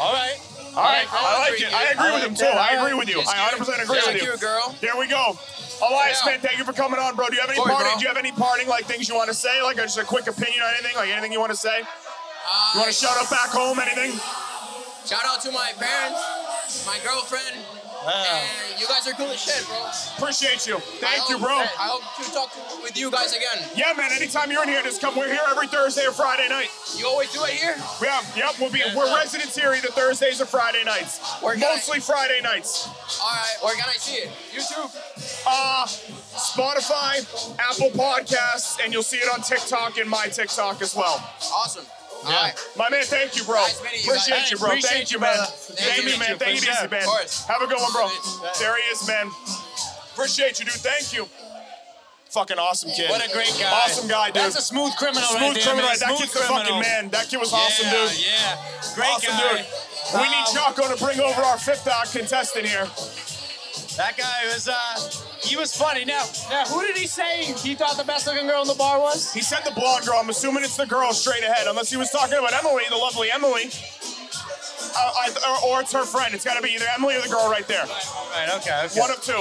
All right.
All
I
right, I
like
like
it.
it. I
I
agree with
like
him,
it.
too. I agree with you.
She's
I
cute.
100% agree
She's
with
a
you.
cute girl.
There we go. Elias,
Yeah.
man, thank you for coming on, bro. Do you have any
Of course,
parting?
bro.
Do you have any parting like things you want to say? Like just a quick opinion on anything? Like anything you want to say? You
Uh,
want to shout out back home? Anything?
Shout out to my parents, my girlfriend, and you guys are cool as shit, bro.
Appreciate you.
I
Thank you,
hope-
bro.
I hope to talk with you guys again.
Yeah, man. Anytime you're in here, just come. We're here every Thursday or Friday night.
You always do it here.
Yeah, yep. We'll be. We're residents here either Thursdays or Friday nights.
We're gonna-
Mostly Friday nights.
All right, where can I see it? YouTube.
Uh, Spotify, Apple Podcasts, and you'll see it on TikTok and my TikTok as well.
Awesome. All
Yeah.
right.
My man, thank you, bro.
Nice meeting you,
appreciate
guys.
you, bro.
Appreciate
thank
you,
you, man.
brother.
Thank you, man. Thank you, Easy, man.
Of course.
Have a good one, bro.
Yeah.
There he is, man. Appreciate you, dude. Thank you. Fucking awesome kid.
What a great guy.
Awesome guy, dude.
That's a smooth criminal
Smooth
right there.
criminal.
man.
That
Smooth
kid's
criminal.
a fucking man. That kid was awesome,
yeah,
dude.
Yeah. Great
Awesome,
guy.
dude. We need
Um,
Jocko to bring over our fifth uh, contestant here.
That guy was uh he was funny. Now now who did he say he thought the best looking girl in the bar was?
He said the blonde girl. I'm assuming it's the girl straight ahead, unless he was talking about Emily, the lovely Emily. Uh, I, or, or it's her friend. It's got to be either Emily or the girl right there.
All right, okay, okay.
One of two.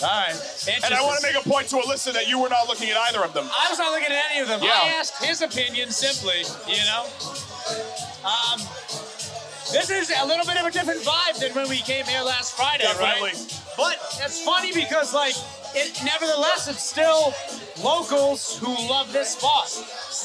Alright.
And I want to make a point to Alyssa that you were not looking at either of them.
I was not looking at any of them.
Yeah.
I asked his opinion simply, you know. Um this is a little bit of a different vibe than when we came here last Friday,
Definitely.
right? But it's funny because like it nevertheless it's still locals who love this spot.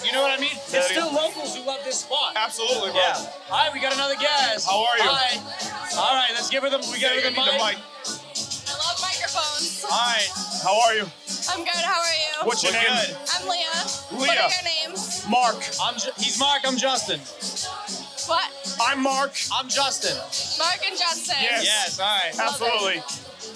You know what I mean? It's
again.
still locals who love this spot.
Absolutely, bro.
Yeah. Hi, we got another guest.
How are you?
Hi. All right, let's give her the. We got her
You
the
need
mic.
the mic.
I love microphones.
All right.
How are you?
I'm good. How are you?
What's your
We're
name?
good.
I'm Leah. What
Leah.
are your names?
Mark.
I'm. Ju- he's Mark. I'm Justin.
What?
I'm Mark.
I'm Justin.
Mark and Justin.
Yes.
Yes.
All right.
Absolutely.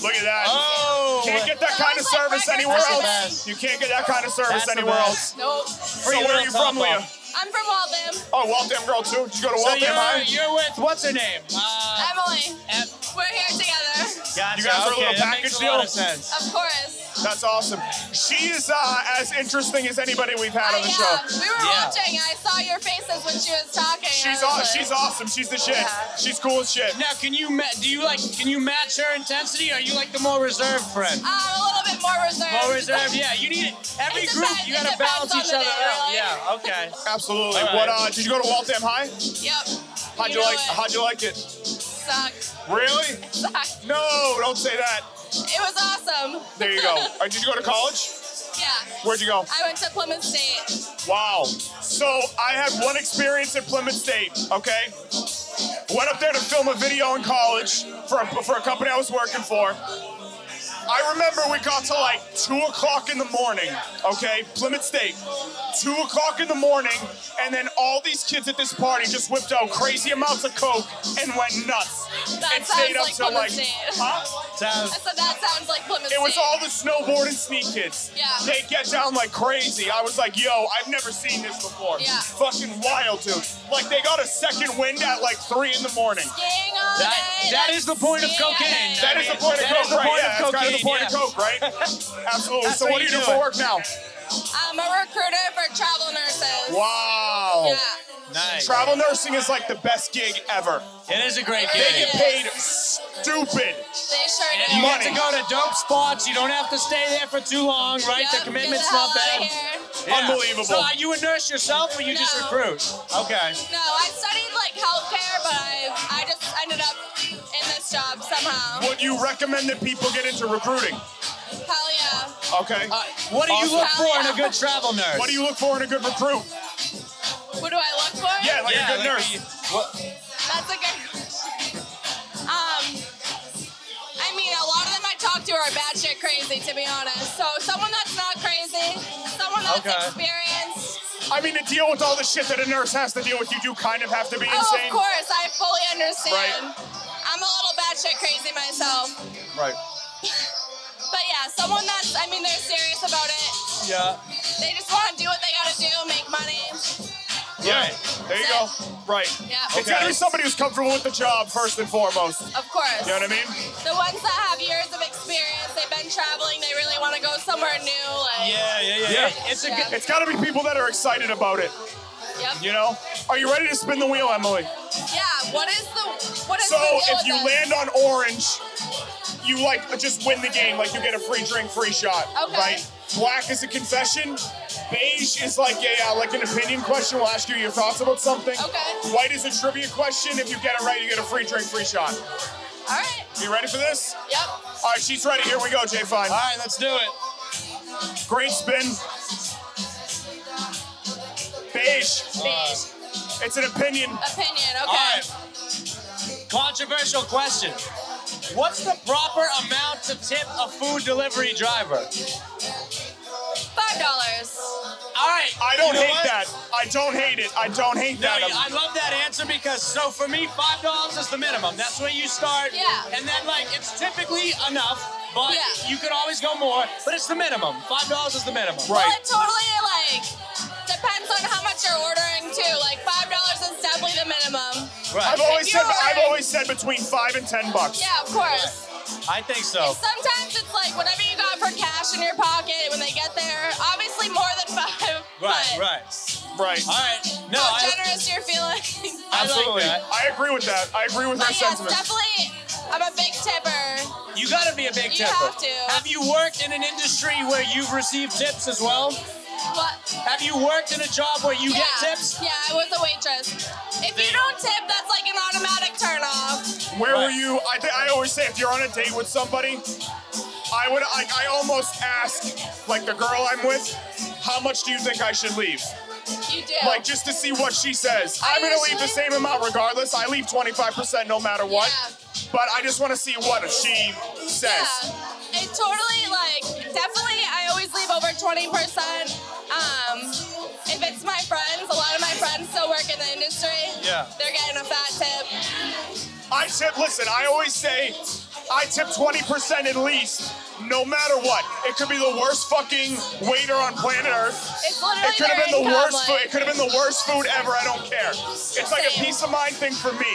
Look at that.
Oh.
Can't get that
That
kind of
looks like
service
Rutgers
anywhere
That's the
else. You can't get that kind of service
That's the
anywhere
best.
else.
Nope.
So where are you from, Leah?
I'm from Waltham.
Oh, Waltham girl too. Did you go to
So
Waltham
you're,
High?
you're with what's her name? Uh,
Emily.
Em-
We're here together.
gotcha.
You guys are a
okay,
little
that makes
package
a lot
deal?
of sense.
Of course.
That's awesome. She is uh, as interesting as anybody we've had
I
on the show.
am. We were
Yeah.
watching. I saw your faces when she was talking.
She's
I
aw-
was like,
she's awesome. She's the shit.
Yeah.
She's cool as shit.
Now, can you ma- do you like can you match her intensity? Or are you like the more reserved friend?
Um, a little bit more reserved.
More reserved, yeah. You need every
It
group.
depends-
You
it
gotta
depends
balance
on
each
the
other
day,
out.
really.
Yeah. Okay.
Absolutely.
All right.
What uh, did you go to Waltham High?
Yep.
How'd you,
know
like?
it.
How'd you like it?
Sucked. [laughs]
Really?
Sucked.
No, don't say that.
It was awesome.
There you go. All right, did you go to college?
yeah.
Where'd you go?
I went to Plymouth State.
Wow. So I had one experience at Plymouth State, okay? Went up there to film a video in college for a, for a company I was working for. I remember we got to like 2 o'clock in the morning, okay? Plymouth State. 2 o'clock in the morning, and then all these kids at this party just whipped out crazy amounts of coke and went nuts.
That
and stayed
sounds
up
like
till
Plymouth
like.
State.
Huh?
Sounds
I said that sounds like Plymouth
It was
State.
all the snowboard and sneak kids.
Yeah.
They get down like crazy. I was like, yo, I've never seen this before.
Yeah.
Fucking wild, dude. Like, they got a second wind at like 3 in the morning.
Skiing all
That-
day.
that
like
is the point of
skiing all
cocaine.
day.
That is the point of
That
coke,
is the
right?
point
yeah,
of
that's kind of the point
cocaine,
of
[laughs]
coke, right? Absolutely.
That's
so,
how
what do
you
you do
do
for
it.
work now?
I'm a recruiter for travel nurses.
Wow.
Yeah.
nice.
Travel nursing is like the best gig ever.
It is a great
They
gig.
get paid stupid.
They sure
And
do.
you get to
Money.
go to dope spots. You don't have to stay there for too long, right?
Yep,
the commitment's
get the
not
hell
bad.
outta here.
Yeah.
Unbelievable.
So are you a nurse yourself, or you just
No.
recruit? Okay.
No, I studied like healthcare, but I I just ended up in this job somehow.
Would you recommend that people get into recruiting?
Hell yeah.
Okay.
Uh, what do you
Awesome.
look for in a good travel nurse?
What do you look for in a good recruit?
What do I look for?
Yeah, like
yeah,
a good
like
nurse.
you-
That's a good question.
Um, I mean, a lot of them I talk to are batshit crazy, to be honest. So someone that's not crazy, someone that's
Okay.
experienced.
I mean, to deal with all the shit that a nurse has to deal with, you do kind of have to be
Oh,
insane.
of course, I fully understand. I'm a little batshit crazy myself,
Right.
but yeah, someone that's. I mean, they're serious about it.
Yeah.
They just want to do what they gotta do, make money.
Yeah. There you go. Right.
Yeah,
It's gotta be somebody who's comfortable with the job first and foremost.
of course.
You know what I mean?
The ones that have years of experience, they've been traveling, they really want to go somewhere new. Like,
Yeah, yeah, yeah.
Yeah.
It- It's a good.
It's gotta be people that are excited about it.
yep.
You know? Are you ready to spin the wheel, Emily?
Yeah. What is the what is
So
the deal
if
with
you
this?
land on orange, you like just win the game, like you get a free drink, free shot.
Okay.
Right? Black is a confession. Beige is like a uh, like an opinion question. We'll ask you your thoughts about something.
Okay.
White is a trivia question. If you get it right, you get a free drink, free shot.
All right.
You ready for this?
Yep.
All right, she's ready. Here we go, Jay Fine.
All right, let's do it.
Great spin. Beige. It's an opinion.
Opinion.
All
Okay.
right. Controversial question. What's the proper amount to tip a food delivery driver?
Five dollars.
All right.
I don't
you know
hate
what?
that. I don't hate it. I don't hate
No,
that.
yeah, I love that answer because so for me, five dollars is the minimum. That's where you start.
Yeah.
And then like it's typically enough, but
Yeah.
you could always go more. But it's the minimum. Five dollars is the minimum.
Well, it totally like depends on how much you're ordering too. Like five dollars is definitely the minimum.
I've
Right.
always
If
said
you're
I've
right-
always said between five and ten bucks.
Yeah, of course.
I think so.
Sometimes it's like whatever you got for cash in your pocket when they get there. Obviously more than five.
Right.
but
Right.
Right.
All right. No,
How
I,
generous you're feeling.
I
Absolutely.
like that.
I agree with that. I agree with her
But yes,
sentiment.
definitely. I'm a big tipper.
You gotta be a big
You
tipper.
have to.
Have you worked in an industry where you've received tips as well?
What?
Have you worked in a job where you
yeah.
get tips?
Yeah, I was a waitress. If
They-
you don't tip, that's like an automatic turnoff.
Where
Right.
were you? I think I always say if you're on a date with somebody, I would like I almost ask like the girl I'm with, how much do you think I should leave?
You do.
Like just to see what she says.
I
I'm gonna leave the
usually-
same amount regardless. I leave 25% no matter what.
Yeah.
But I just want to see what she says.
Yeah. It totally like definitely I always leave over 20%. Um if it's my friends, a lot of my friends still work in the industry.
Yeah.
They're getting a fat tip.
I tip, listen, I always say I tip 20% at least, no matter what. It could be the worst fucking waiter on planet Earth.
It's literally
It could have
their
been the
income,
worst food.
like-
It could have been the worst food ever. I don't care. It's like a
Same.
peace of mind thing for me.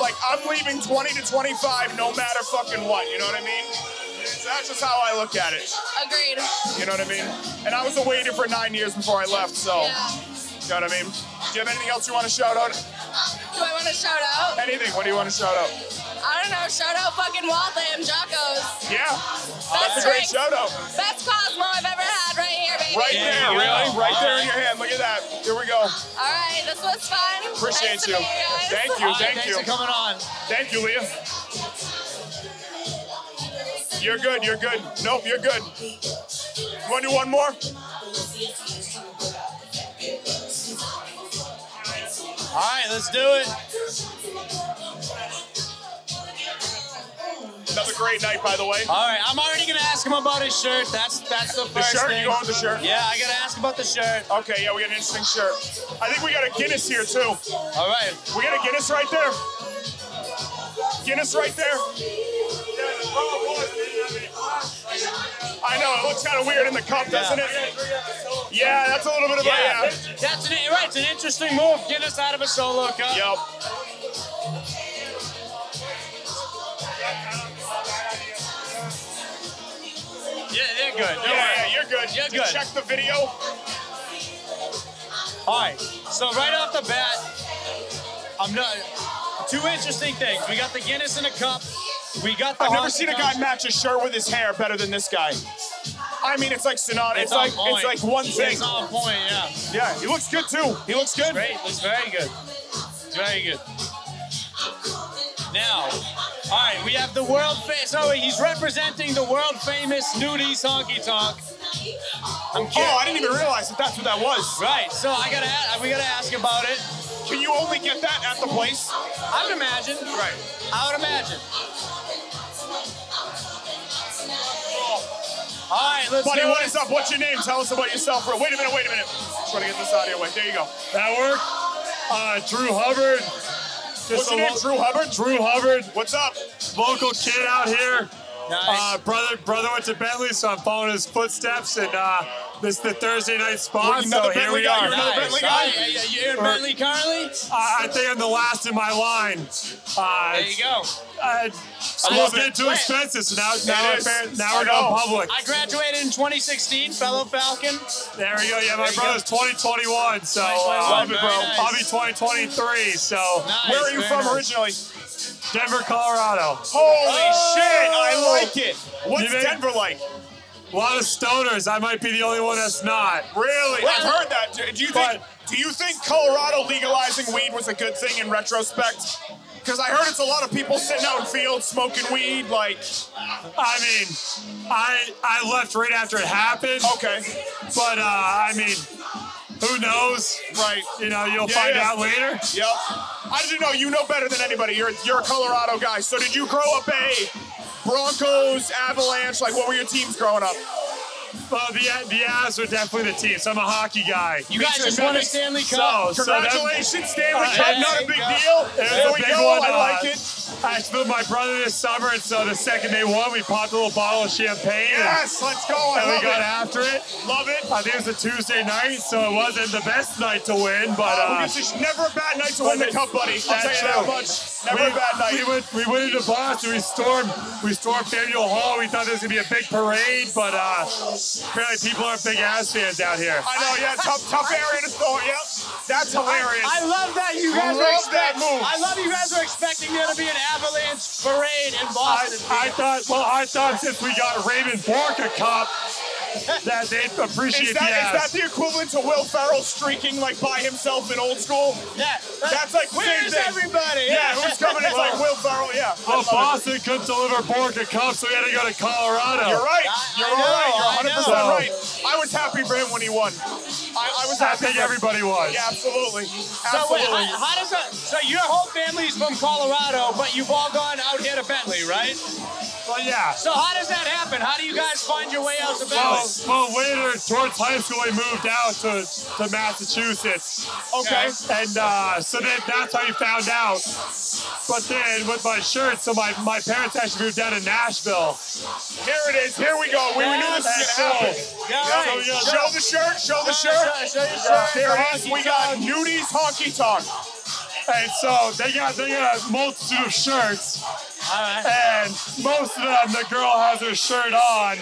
Like I'm leaving 20 to 25, no matter fucking what. You know what I mean? So that's just how I look at it.
Agreed.
You know what I mean? And I was a waiter for nine years before I left, so
Yeah.
you know what I mean. Do you have anything else you want to shout out?
Do I want to shout out?
Anything? What do you want to shout out?
I don't know. Shout out fucking Waltham, Jocko's.
Yeah,
Best
that's a great
drinks.
shout out.
Best Cosmo I've ever had right here, baby.
Right
Yeah,
there,
yeah.
really? Right
All
there in
right.
your hand. Look at that. Here we go.
All right, this was fun.
Appreciate
nice
you.
To meet you guys.
Thank you.
All right,
thank
thanks
you.
for coming on.
Thank you, Leah. You're good. You're good. Nope, you're good. You want to do one more?
All right, let's do it.
Another great night, by the way.
All right, I'm already gonna ask him about his shirt. That's that's the first
The shirt.
thing.
You going with the shirt?
yeah, I gotta ask about the shirt.
Okay. Yeah, we got an interesting shirt. I think we got a Guinness here too.
All right.
We got a Guinness right there. Guinness right there. I know it looks kind of weird in the cup, doesn't it? Yeah, that's a little bit of
Yeah.
a yeah.
That's an, right. It's an interesting move. Get us out of a solo cup.
Yep.
Yeah, they're good. Don't
Yeah,
worry.
yeah, you're good.
You're
Did you
good.
Check the video.
All right. So right off the bat, I'm not. Two interesting things. We got the Guinness in a cup. We got the.
I've never
Honky
seen a
Tonk-
guy match a shirt with his hair better than this guy. I mean, it's like synonymous. It's,
on
like
point.
it's like one thing.
It's on point. Yeah.
Yeah, he looks good too. He looks good.
Great. Looks very good. It's very good. Now, all right, we have the world famous. So he's representing the world famous Nudies Honky Tonk. I'm kidding.
Oh, I didn't even realize that that's what that was.
Right. So I gotta a- we gotta ask about it.
Can you only get that at the place?
I would imagine.
Right.
I would
[laughs]
imagine. All right, let's
Buddy,
do
what
it.
is up? What's your name? Tell us about yourself. Wait a minute, wait a minute. Just want to get this out of your way. There you go.
That work? Uh, Drew Hubbard.
What's
Just
your name?
lo-
Drew Hubbard?
Drew Hubbard,
What's up?
local kid out here.
Nice.
Uh, brother, brother went to Bentley, so I'm following his footsteps, and uh, this is the Thursday night spot. So
Another
here
Bentley
we
guy,
are. Uh,
you're another
nice.
Bentley
All
guy?
right, yeah, yeah, You're in Bentley currently?
I, I think I'm the last in my line. Uh,
There you go.
I,
love
school's getting
it.
too expensive, so now, now,
is.
apparent- now
I
we're
know.
going public.
I graduated in 2016, fellow Falcon.
There we go. Yeah,
There
my
you
brother's 2021, so uh,
Love it, bro.
I'll be 2023, so
Nice,
Where are you
very
from
nice.
originally?
Denver, Colorado.
Holy
Oh.
shit, I like it.
You
What's
think-
Denver like?
A lot of stoners. I might be the only one that's not.
Really? I've heard that. Do, do you think
But-
do you think Colorado legalizing weed was a good thing in retrospect? Because I heard it's a lot of people sitting out in fields smoking weed, like
I mean, I I left right after it happened.
okay,
But uh, I mean, who knows?
right.
You know, you'll
Yeah,
find
yeah.
out later.
Yep. I didn't know you know better than anybody. You're you're a Colorado guy. So did you grow up a Broncos, Avalanche? Like what were your teams growing up?
Well, the the Avs are definitely the team. So I'm a hockey guy.
You guys just won a Stanley Cup.
So, so that-
Congratulations, Stanley
Uh,
Cup.
yeah,
Not a
there
big
you
deal.
It was
There
a
we
big
go.
one.
I
uh,
like it.
I spent my brother this summer, and so the second they won, we popped a little bottle of champagne. and-
Yes, let's go. I
And we
love
got
it.
after it.
Love it.
I think it was a Tuesday night, so it wasn't the best night to win, but
Uh,
uh,
because it's never a bad night to win the
but
cup, buddy. I'll tell you
that's
that
true.
much. Never a bad night.
We went, we went into Boston. We stormed. We stormed Faneuil Hall. We thought there was gonna be a big parade, but uh, apparently people aren't big ass fans out here.
I know, yeah, tough, tough area to score. Yep, that's hilarious.
I love that you
I
guys were
love that
expect-
move.
I love you guys were expecting there to be an avalanche parade in
I,
Boston.
I thought, well, I thought since we got Raymond Bork a cup, that they'd appreciate
Is that,
the ass.
is that the equivalent to Will Ferrell streaking like by himself in old school?
yeah,
That's like same
where's
thing.
everybody?
Yeah, who's coming? It's like Will Ferrell. Yeah. I
well,
love it.
Boston couldn't deliver Bork a cup, so we had to go to Colorado.
You're right.
I-
You're
I
all
know, I
right. You're 100 percent
know.
right. I was happy for him when he won. I, I was
I
happy.
think
for him.
everybody was.
Yeah, absolutely.
So wait,
Absolutely.
how, how does that? So your whole family's from Colorado, but you've all gone out here to Bentley, right?
Well, yeah.
So how does that happen? How do you guys find your way out to Bentley?
Well, well, later towards high school, we moved out to, to Massachusetts.
Okay.
And uh, so then that's how you found out. But then with my shirt, so my, my parents actually moved down to Nashville.
Here it is. Here we go. We, we knew this was gonna happen.
Yeah,
So,
right.
yeah, show the shirt. Show the
Show
shirt.
the shirt, show your shirt.
There it is.
Honky
We got
tonk.
Nudie's Honky Tonk.
And so they got they got a multitude of shirts,
All right.
and most of them the girl has her shirt on,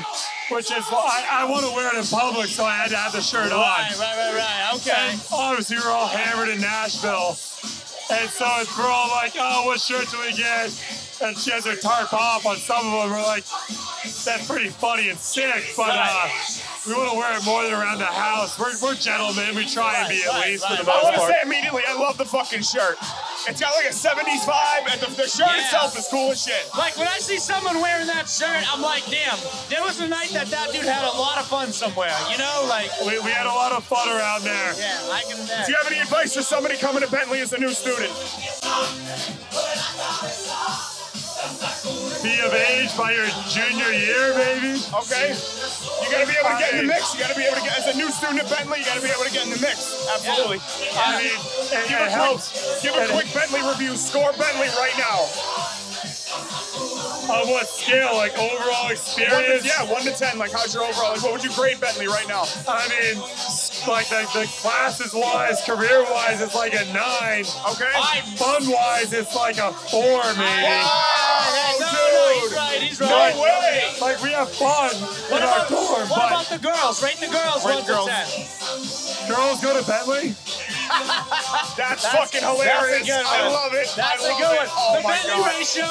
which is well, I, I want to wear it in public, so I had to have the shirt
Right, right,
on.
right, right. Okay.
And obviously we were all hammered in Nashville. And so it's, we're all like, oh, what shirt do we get? And she has her tarp off on some of them. We're like, that's pretty funny and sick, but uh, we want to wear it more than around the house. We're, we're gentlemen. We try and be at
Right,
least for
right,
the
right.
I
most
want to
part.
say immediately, I love the fucking shirt. It's got like a 70s vibe, and the, the shirt
Yeah.
itself is cool as shit.
Like when I see someone wearing that shirt, I'm like, damn, there was a night that that dude had a lot of fun somewhere. You know, like,
We, we had a lot of fun around there.
yeah, I can
Do
imagine.
you have any advice for somebody coming to Bentley as a new student?
Be of age by your junior year, baby.
Okay? You gotta be able to get in the mix. You gotta be able to get, as a new student at Bentley, you gotta be able to get in the mix. Absolutely.
I mean, it,
Give a
it
quick,
helps.
give a
And-
quick Bentley review. Score Bentley right now.
On what scale? Like
One
overall
to,
experience?
yeah, one to ten. Like, how's your overall? Like, what would you grade Bentley right now?
I mean, like the, the classes wise, career wise, it's like a nine.
Okay.
Fun wise, it's like a four, maybe.
Wow,
no, no,
dude.
he's right, he's
No
right.
way.
Like we have fun
What
in our
about, what
dorm, but
about the girls? Rate the girls
Rate
one
girls.
to ten.
girls go to Bentley.
That's-
That's, fucking
that's a
hilarious.
good
I
one.
love it.
That's
I
a
love
good
it.
one.
Oh
the
my
Bentley
God.
ratio,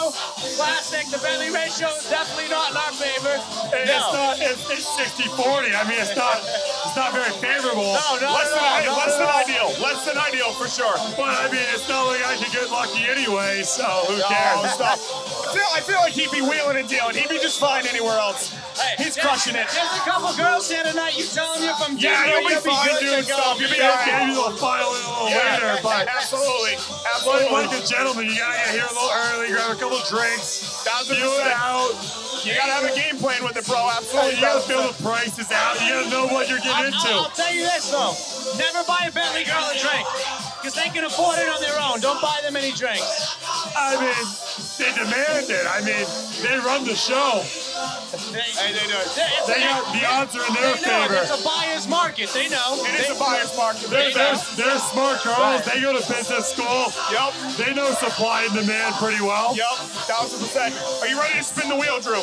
classic. The Bentley ratio is definitely not in our favor.
And It's not. It's, it's 60 40. I mean, it's not. It's not very favorable.
No, no,
Less than,
no, no,
less than
no.
ideal. Less than ideal for sure.
But I mean, it's not like I could get lucky anyway. So who
Oh,
cares?
stop. I feel, I feel like he'd be wheeling and dealing. He'd be just fine anywhere else.
Hey, way.
He's
Yeah.
crushing it.
There's a couple girls here tonight. You telling you from
Yeah,
Denver,
you'll be fine,
good to
dude.
go.
Stop. You'll be
Yeah,
all right.
maybe we'll file it a little later,
[laughs]
but
absolutely,
like,
absolutely.
like a gentleman, you gotta get here a little early, grab a couple drinks,
Thousand
feel it
percent.
out.
You gotta have a game plan with it, bro. Absolutely.
You gotta feel the prices out. You gotta know what you're
I-
getting
I'll, I'll
into.
tell you this though: never buy a Bentley girl a drink because they can afford it on their own. Don't buy them any drinks.
I mean, they demand it. I mean, they run the show.
They,
Hey, they do it.
they- it's-
They got the odds are in
they
their
know it's
favor.
a buyer's market. They know.
It is a buyer's market.
They're,
They know.
they're, they're smart girls. They go to business school.
Yup.
They know supply and demand pretty well.
Yup. Thousand percent. Are you ready to spin the wheel, Drew?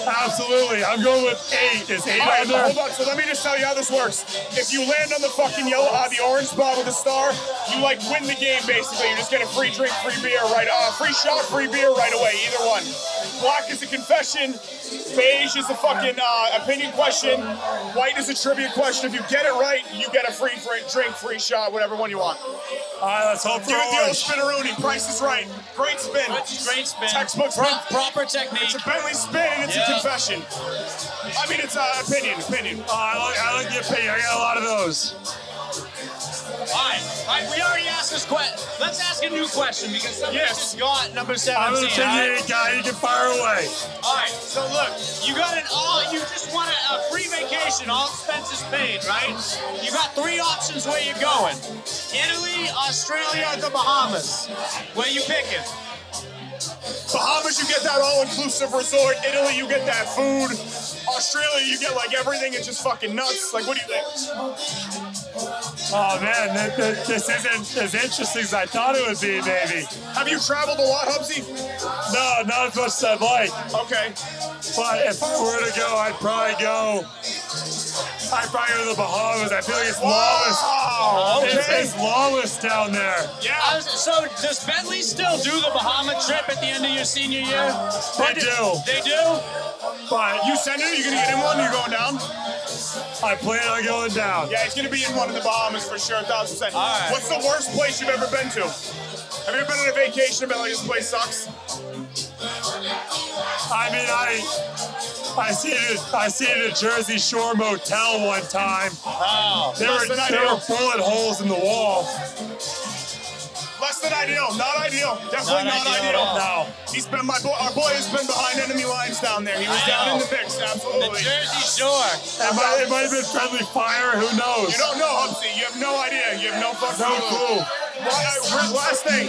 Absolutely. I'm going with eight. Is eight
All right,
on there?
hold on. So let me just tell you how this works. If you land on the fucking yellow, uh, the orange bar with a star, you like win the game basically. You just get a free drink, free beer, right? Uh, free shot, free beer, right away. Either one. Black is a confession. Beige is a fucking uh, opinion question. White is a trivia question. If you get it right, you get a free fr- drink, free shot, whatever one you want.
All right, let's hope for
Give it the old
orange.
spinneroonie. Price is right. Great spin.
Great spin.
Textbook
Pro-
spin.
proper technique.
It's a Bentley spin and it's
Yeah.
a confession. I mean, it's uh, opinion, opinion.
Oh, I like, I like the opinion. I got a lot of those.
Alright, alright, we already asked this question. Let's ask a new question because somebody
Yes.
just got number 17.
I'm an
Alright,
opinionated guy. You can fire away.
Alright, so look, you got an all, you just want a, a free vacation, all expenses paid, right? You got three options where you're going Italy, Australia, or the Bahamas. Where you picking?
Bahamas, you get that all-inclusive resort. Italy, you get that food. Australia, you get like everything. It's just fucking nuts. Like, what do you think?
Oh man, th- th- this isn't as interesting as I thought it would be, maybe.
Have you traveled a lot, Hubsy?
No, not as much as I'd like.
Okay.
But if I were to go, I'd probably go. I'd probably go to the Bahamas. I feel like it's lawless.
Wow.
It's,
Oh, Okay.
it's lawless down there.
I
Yeah.
was- so does Bentley still do the Bahama trip at the end of your senior year?
They do,
They do?
but
You send it. You're gonna get in one. You're going down.
I plan on going down.
Yeah, he's gonna be in one of the Bahamas for sure, thousand percent.
All right.
What's the worst place you've ever been to? Have you ever been on a vacation and been like, this place sucks?
I mean, I I seen a, I seen a Jersey Shore motel one time.
Oh.
There were
Less than
there
ideal.
were bullet holes in the wall.
Less than ideal. Not ideal. Definitely
Not
not,
ideal at
ideal.
all.
No,
He's been my boy. Our boy has been behind enemy lines down there. He was
I
down
know.
in the mix.
The
Absolutely.
Jersey Shore.
it might, it might have been friendly fire. Who knows?
You don't know, Hubsy. You have no idea. You have no fucking
No
clue.
clue.
Why- uh, last thing,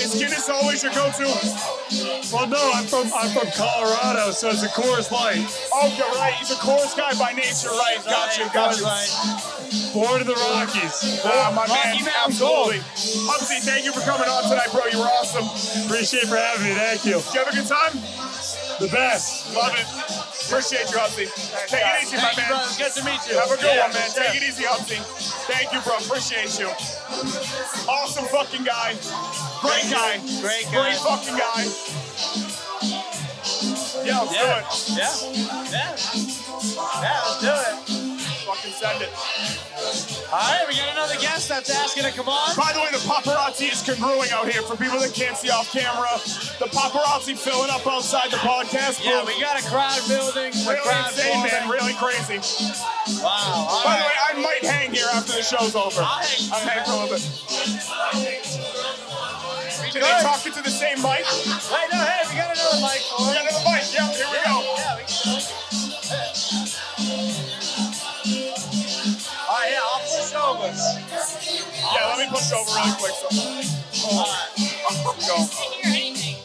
is Guinness always your go-to?
Well, no, I'm from I'm from Colorado, so it's a Coors Light.
Oh, you're right. He's a chorus guy by nature, right? Gotcha, gotcha.
Born in the Rockies.
Ah, my man,
Rocky Mountain
absolutely. Hubsy, thank you for coming on tonight, bro. You were awesome.
Appreciate for having me. Thank you.
Did you have a good time?
The best.
Love it. Appreciate you, Hubsy. Take it easy, my
Thank you,
man.
brother. It's good to meet you.
Have a good
Yeah,
one, man.
for sure.
Take it easy, Hubsy. Thank you, bro. Appreciate you. Awesome fucking guy. Great guy.
Great guy.
Great fucking guy. Yeah, let's do it.
Yeah. Yeah. Yeah, let's do it.
Fucking send it.
All right, we got another guest that's asking to come on.
By the way, the paparazzi is congruing out here. For people that can't see off camera, the paparazzi filling up outside the podcast booth.
Yeah, we got a crowd building. A
really
crowd
insane, man.
forming.
Really crazy.
Wow. All
By the
right.
way, I might hang here after the show's over.
I'll hang.
I'll hang for a little bit.
Good.
Did they talk into the same mic?
Wait, no, hey, we got another mic for
We
it.
got another mic. Yeah, here we go.
Yeah, we can do it. All right, yeah, I'll push over.
Yeah, let me push over really quick. So.
I didn't hear anything.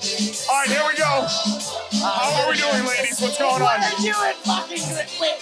All right, here we go. How are we doing, ladies? What's going on?
We're doing fucking great.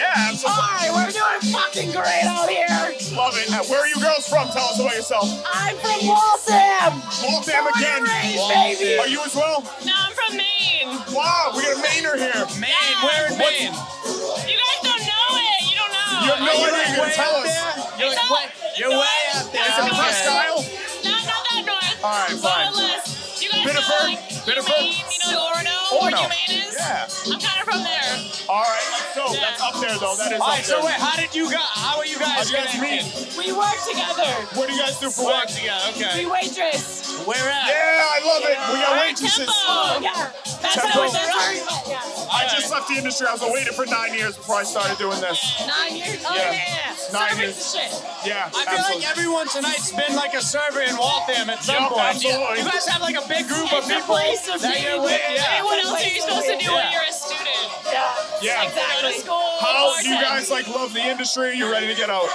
Yeah, absolutely.
Hi, we're doing fucking great out here.
Love it. Uh, Where are you girls from? Tell us about yourself.
I'm from Waltham.
Waltham
Born
again.
and raised, baby.
Are you as well?
No, I'm from Maine.
Wow, we got a Mainer here.
Maine, where in Maine?
You guys don't know it. You don't know.
You have no idea you're going
way
to tell
up
us.
there? You're,
It's
like, way,
up
you're way
north.
up there.
It's
Is it
Okay.
Presque Isle?
No, not that north.
All right, fine.
But less. You guys
Biddeford?
know, like,
Biddeford?
Maine, you know, Orono, where
Orono.
Humane is?
Oh, Yeah.
I'm kind of from there.
All right, so that's up there, though. That is
All
up
right, so
there.
wait, how did you guys, how are you guys
guys meet?
We work together.
What do you guys do for work?
together. Okay.
We waitress.
Where at?
Yeah, I love it. We got waitresses.
Tempo.
Yeah. That's how
Tempo.
it's done. Yeah.
I just left the industry. I was a waiter for nine years before I started doing this.
Nine years. Oh,
Yeah.
yeah.
Nine
Service
years.
and shit.
Yeah,
I feel
absolutely.
like everyone tonight's been like a server in Waltham at some
Yup,
point.
absolutely.
You guys have like a big group of
It's a
people
place of
that you're
meeting.
with. Yeah.
What else are you supposed to do when
Yeah.
you're a student?
Yeah.
Yeah.
Go to
Exactly.
school.
How
bartend.
do you guys like love the industry? You ready to get out?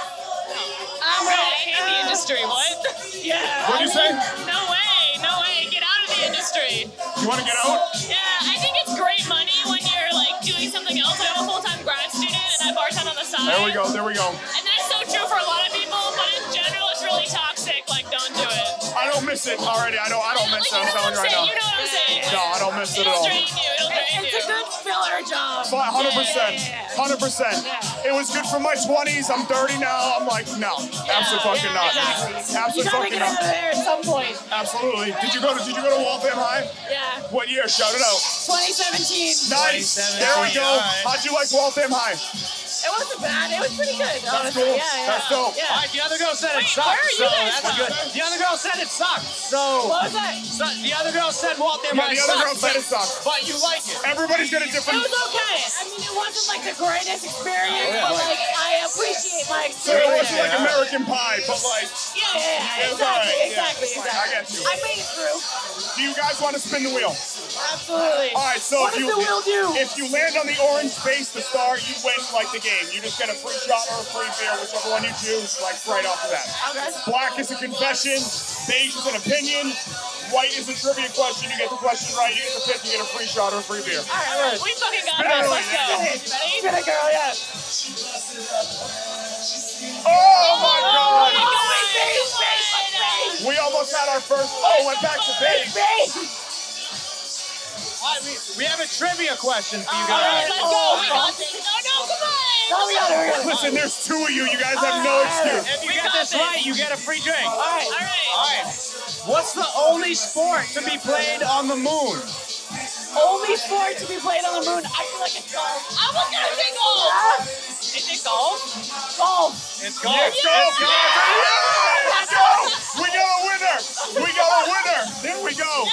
I'm ready. I hate the industry. What?
Yeah.
What do you say?
No way. No way. Get out of the industry.
You want to get out?
Yeah, I think it's great money when you're like doing something else. I'm a full-time grad student and I bartend on the side.
There we go. There we go.
And that's so true for a lot of people, but in general, it's really toxic. Like, don't do it.
I don't miss it already. I don't. I don't miss it. I'm
like,
telling you right
saying.
now.
You know what I'm saying?
No, I don't miss it at
It'll
all.
drain you. It'll drain
It's a
you.
good filler job.
But 100%. 100%. It was good for my 20s. I'm 30 now. I'm like, no. Absolutely
Yeah,
fucking not.
exactly.
You
Absolutely
gotta
fucking
get out of
not.
there at some point.
Absolutely. Did you go to Did you go to Waltham High?
Yeah.
What year? Shout it out.
2017.
Nice. There we go. How'd you like Waltham High?
It wasn't bad. It was pretty good.
That's
honestly.
cool.
Yeah, yeah.
That's dope.
Yeah.
All right, the other girl said it sucked,
where are you
so
guys
that's
from?
good. The other girl said it sucked, so,
What was that?
so the other girl said Waltham
Yeah,
High
the other
sucked,
girl said
but-
it sucked.
but you like it.
Everybody's got a
It
different.
was okay. I mean, it wasn't like the greatest experience, but like I appreciate my
So it
experience.
wasn't like American Pie, but like,
yeah, yeah,
It was
exactly,
all right, yeah.
exactly,
It's fine, I
exactly.
get
I
you.
made it through.
do you guys want to spin the wheel?
Absolutely.
All right, so
what does
if you
the wheel do?
if you land on the orange base, the star, you win like the game. You just get a free shot or a free beer, whichever one you choose, like right off the bat. Black is a confession, beige is an opinion, white is a trivia question. You get the question right, you get the pick, you get a free shot or a free beer.
We fucking got this. Let's go. Ready?
Get it, girl. Yeah.
Oh
Oh
my
my
God!
god.
We almost had our first. Oh, went back to beige.
All right, we, we have a trivia question for you
All right,
guys. Oh,
let's go. We got this. No, no, come
Oh,
on.
we got it. We got it.
Listen, there's two of you. You guys have no excuse.
If
We
you get
got
this
this.
right, you get a free drink.
All right.
All
All
right.
right. What's the only sport to be played on the moon?
Only sport to be played on the moon. I feel like it's golf.
I was gonna say golf.
Ah,
Is it golf?
golf.
It's golf.
Let's go, guys. Yeah, Let's go. We got a winner. We got a winner. There we go.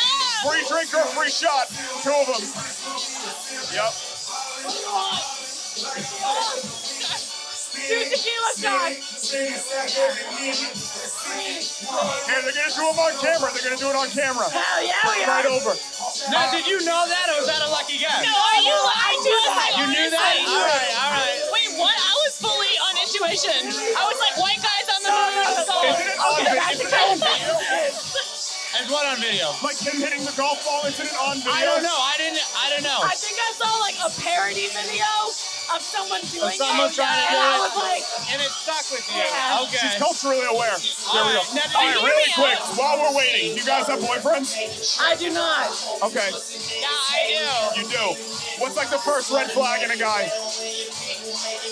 Free drink or free shot. Two of them. Yep.
Two tequila shots.
Here, they're gonna do them on camera. They're gonna do it on camera.
Hell yeah, we
Right
are.
over.
Now, did you know that, or was that a lucky guess?
No, are you lying to us?
You knew that?
Honestly.
All right, all right.
Wait, what? I was fully on intuition. I was like, white guys on the moon.
Isn't
Golf.
it on video? Is it on video?
[laughs]
There's one on video.
Like him hitting the golf ball. Isn't it on video?
I don't know. I didn't. I don't know.
I think I saw like a parody video of someone doing
Of someone
it.
trying to
and
do
I
it.
was like,
And it stuck with you.
Yeah.
Okay.
She's culturally aware.
All right, next
All right,
one.
really quick, while we're waiting, you guys have boyfriends?
I do not.
Okay,
Yeah, I
you do. What's like the first red flag in a guy?
do.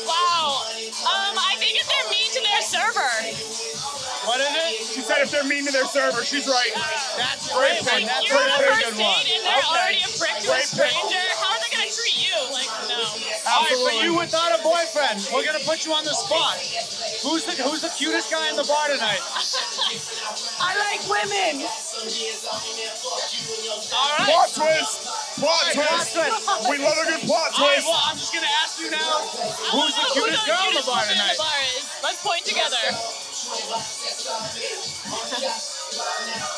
Wow. Um, I think if they're mean to their server.
What is it?
She said if they're mean to their server, she's right.
That's a
Great
great one.
pick.
That's a
You're on a
very
first
good one.
date and they're already a prick to a
Great pick.
stranger. How are they gonna treat you? Like, no.
All right, but you without a boyfriend, we're gonna put you on the spot. Who's the Who's the cutest guy in the bar
[laughs]
tonight?
I like women.
All right.
Plot twist! Plot
All right,
twist!
plot twist.
We love a good plot
All right,
twist.
well, I'm just gonna ask you now.
I
Who's the
wanna know who
cutest girl in the bar
woman in
tonight?
the bar is. Let's point together.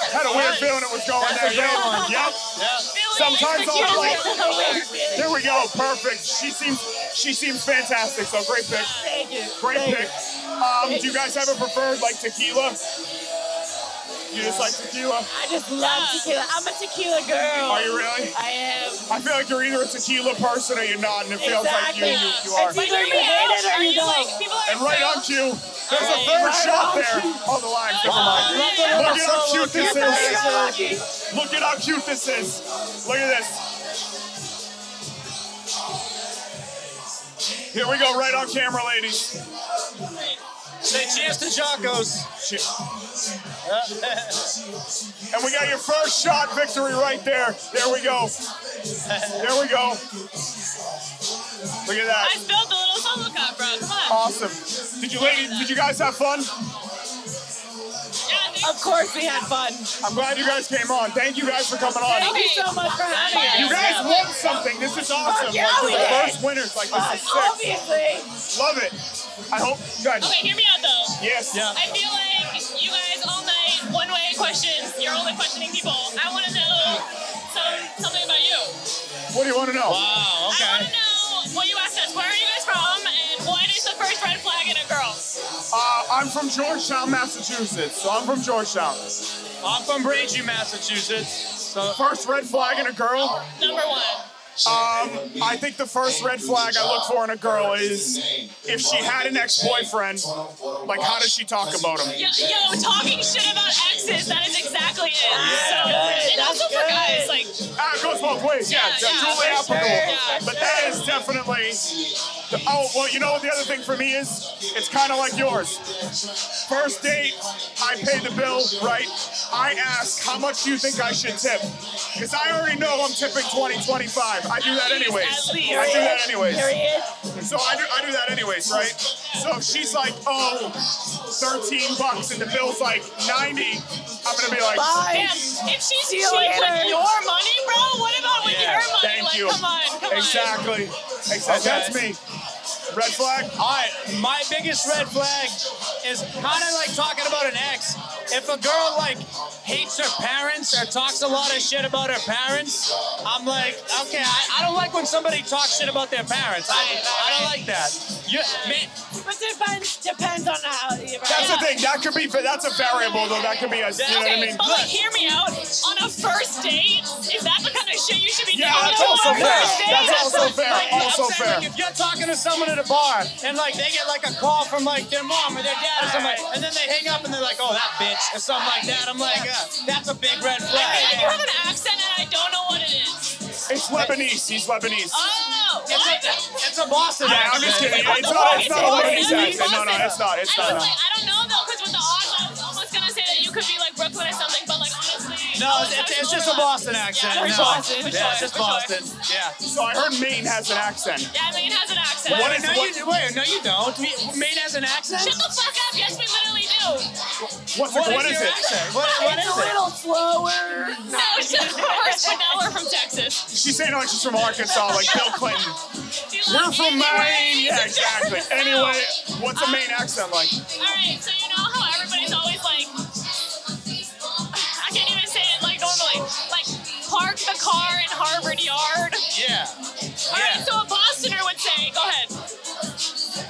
Had a weird feeling it was going
That's a good
there. Yeah.
one.
Yep.
Billy
Sometimes
is the cutest
I'll play-
girl in the
[laughs]
bar.
There we go. Perfect. She seems she seems fantastic. So great pick.
Thank you.
Great
Thank you.
pick. Um, do you guys have a preferred like tequila? You just like tequila?
I just love tequila. I'm a tequila girl.
Are you really?
I am.
I feel like you're either a tequila person or you're not, and it feels
Exactly.
like you, you, you are.
It's either
Hear
you
me
hate it
out.
or
Are
you
you like
don't.
people are
And right
so-
on cue, there's a
Alright,
third
right
shot
on
there on the line. Never mind.
Look
Look at how cute this
You're
is.
so lucky.
Look at how cute this is. Look at this. Here we go, right on camera, ladies.
Say cheers to Jocko's.
[laughs] And we got your first shot victory right there. There we go. There we go. Look at
I
that.
spilled a little solo cup, bro. Come on.
Awesome. Did you ladies, did you guys have fun?
Yeah,
Of course, we had fun.
I'm glad you guys came on. Thank you guys for coming
Thank
on.
you so much for having
You
us.
guys won something. This is awesome.
Fuck yeah,
Like,
we
the
did.
first winners like this is sick.
Obviously.
Love it. I hope you guys.
Okay, hear me out though.
Yes.
Yeah.
I feel like you guys all night one way questions. You're only questioning people. I want to know some something about you.
What do you want to know?
Wow,
I want
okay.
to know what you asked us. Where are you guys from? And what is the first red flag in a girl?
Uh, I'm from Georgetown, Massachusetts. So I'm from Georgetown.
I'm from Braintree, Massachusetts. So
First red flag in a girl.
Number one.
Um, I think the first red flag I look for in a girl is if she had an ex-boyfriend. Like, how does she talk about him?
Yo, yo, talking shit about exes, that is exactly it. so, and also for guys, like,
Ah, it goes both ways. Yeah,
Yeah,
yeah,
yeah, for
totally
sure,
applicable.
yeah.
But that is definitely. the- oh well, you know what the other thing for me is? It's kind of like yours. First date, I pay the bill, right? I ask how much do you think I should tip, because I already know I'm tipping 20, 25. I do that
At least,
anyways.
at least.
I do that anyways.
Period.
So I do, I do that anyways, right? So if she's like, oh, 13 bucks, and the bill's like 90, I'm gonna be like,
damn,
Bye.
if she's
See
cheap
you later.
with your money, bro, what about with
Yeah,
her money?
thank
like,
you.
come on, come on.
Exactly. Exactly. That's me. Red flag.
I, my biggest red flag is kind of like talking about an ex. If a girl like hates her parents or talks a lot of shit about her parents, I'm like, okay, I, I don't like when somebody talks shit about their parents. I, I don't like that. You, man,
But depends, depends on how you
That's the thing. That could be. That's a variable, though. That could be a. You know what I
Okay,
mean?
but like, hear me out. On a first date, is that the kind of shit you should be
Yeah,
doing
that's
on a
also
first
fair.
date?
That's also fair.
Like,
Also
I'm saying,
fair.
Like, if you're talking to someone at a bar and like they get like a call from like their mom or their dad or something, and then they hang up and they're like, "Oh, that bitch" or something like that. I'm like, uh, that's a big red
I feel like you
flag.
have an accent and I don't know what it is.
It's Lebanese. He's Lebanese.
Oh,
It's a,
what?
it's a Boston
Yeah, I'm
accent.
just kidding. It's
What the
not.
fuck?
It's not a
It's
Lebanese
Boston.
accent. No, no, it's not. It's
I was
not. no.
like, I don't know though, because with the odds, I was almost gonna say that you could be like Brooklyn or something, but like honestly,
No, it's, it's, it's just a Boston accent.
Yeah,
no.
for Boston, for
yeah,
sure,
just
for sure.
Boston. Yeah.
So I heard Maine has an accent.
Yeah, Maine has an accent.
What
Wait,
is-
no,
what-
you, wait, no, you don't. Me- Maine has an accent.
Shut the fuck up! Yes, we literally do.
What's
What
it?
is
What is
your
it?
accent? What, what
It's
is
a
it?
little slower.
No, [laughs] it's just reverse, but now we're from Texas.
She's saying like she's from Arkansas, like Bill Clinton.
Do you
We're
love
from
anyways?
Maine. Yeah, exactly.
No.
Anyway, what's a Maine accent like?
All right, so you know how everybody's always like, I can't even say it like normally. Like, park the car in Harvard Yard.
Yeah.
All right,
Yeah.
so
[laughs]
a Bostoner would say, go ahead.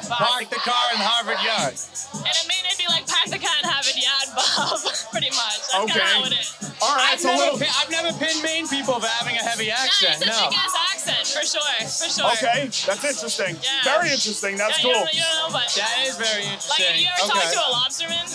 Park the car in Harvard Yard.
And it may not be like pack the cat and have it yad, [laughs] Bob. Pretty much. That's kind
Okay.
of how it is.
All
I've
right, it's a
never,
little.
pin, I've never pinned Maine people for having a heavy
Yeah, it's
accent.
a
No.
chick ass accent, for sure. For sure.
Okay, that's interesting.
Yeah.
Very interesting. That's
yeah,
cool.
You don't, you don't know, but.
That is very interesting.
Like, have you ever
okay.
talked to a lobsterman?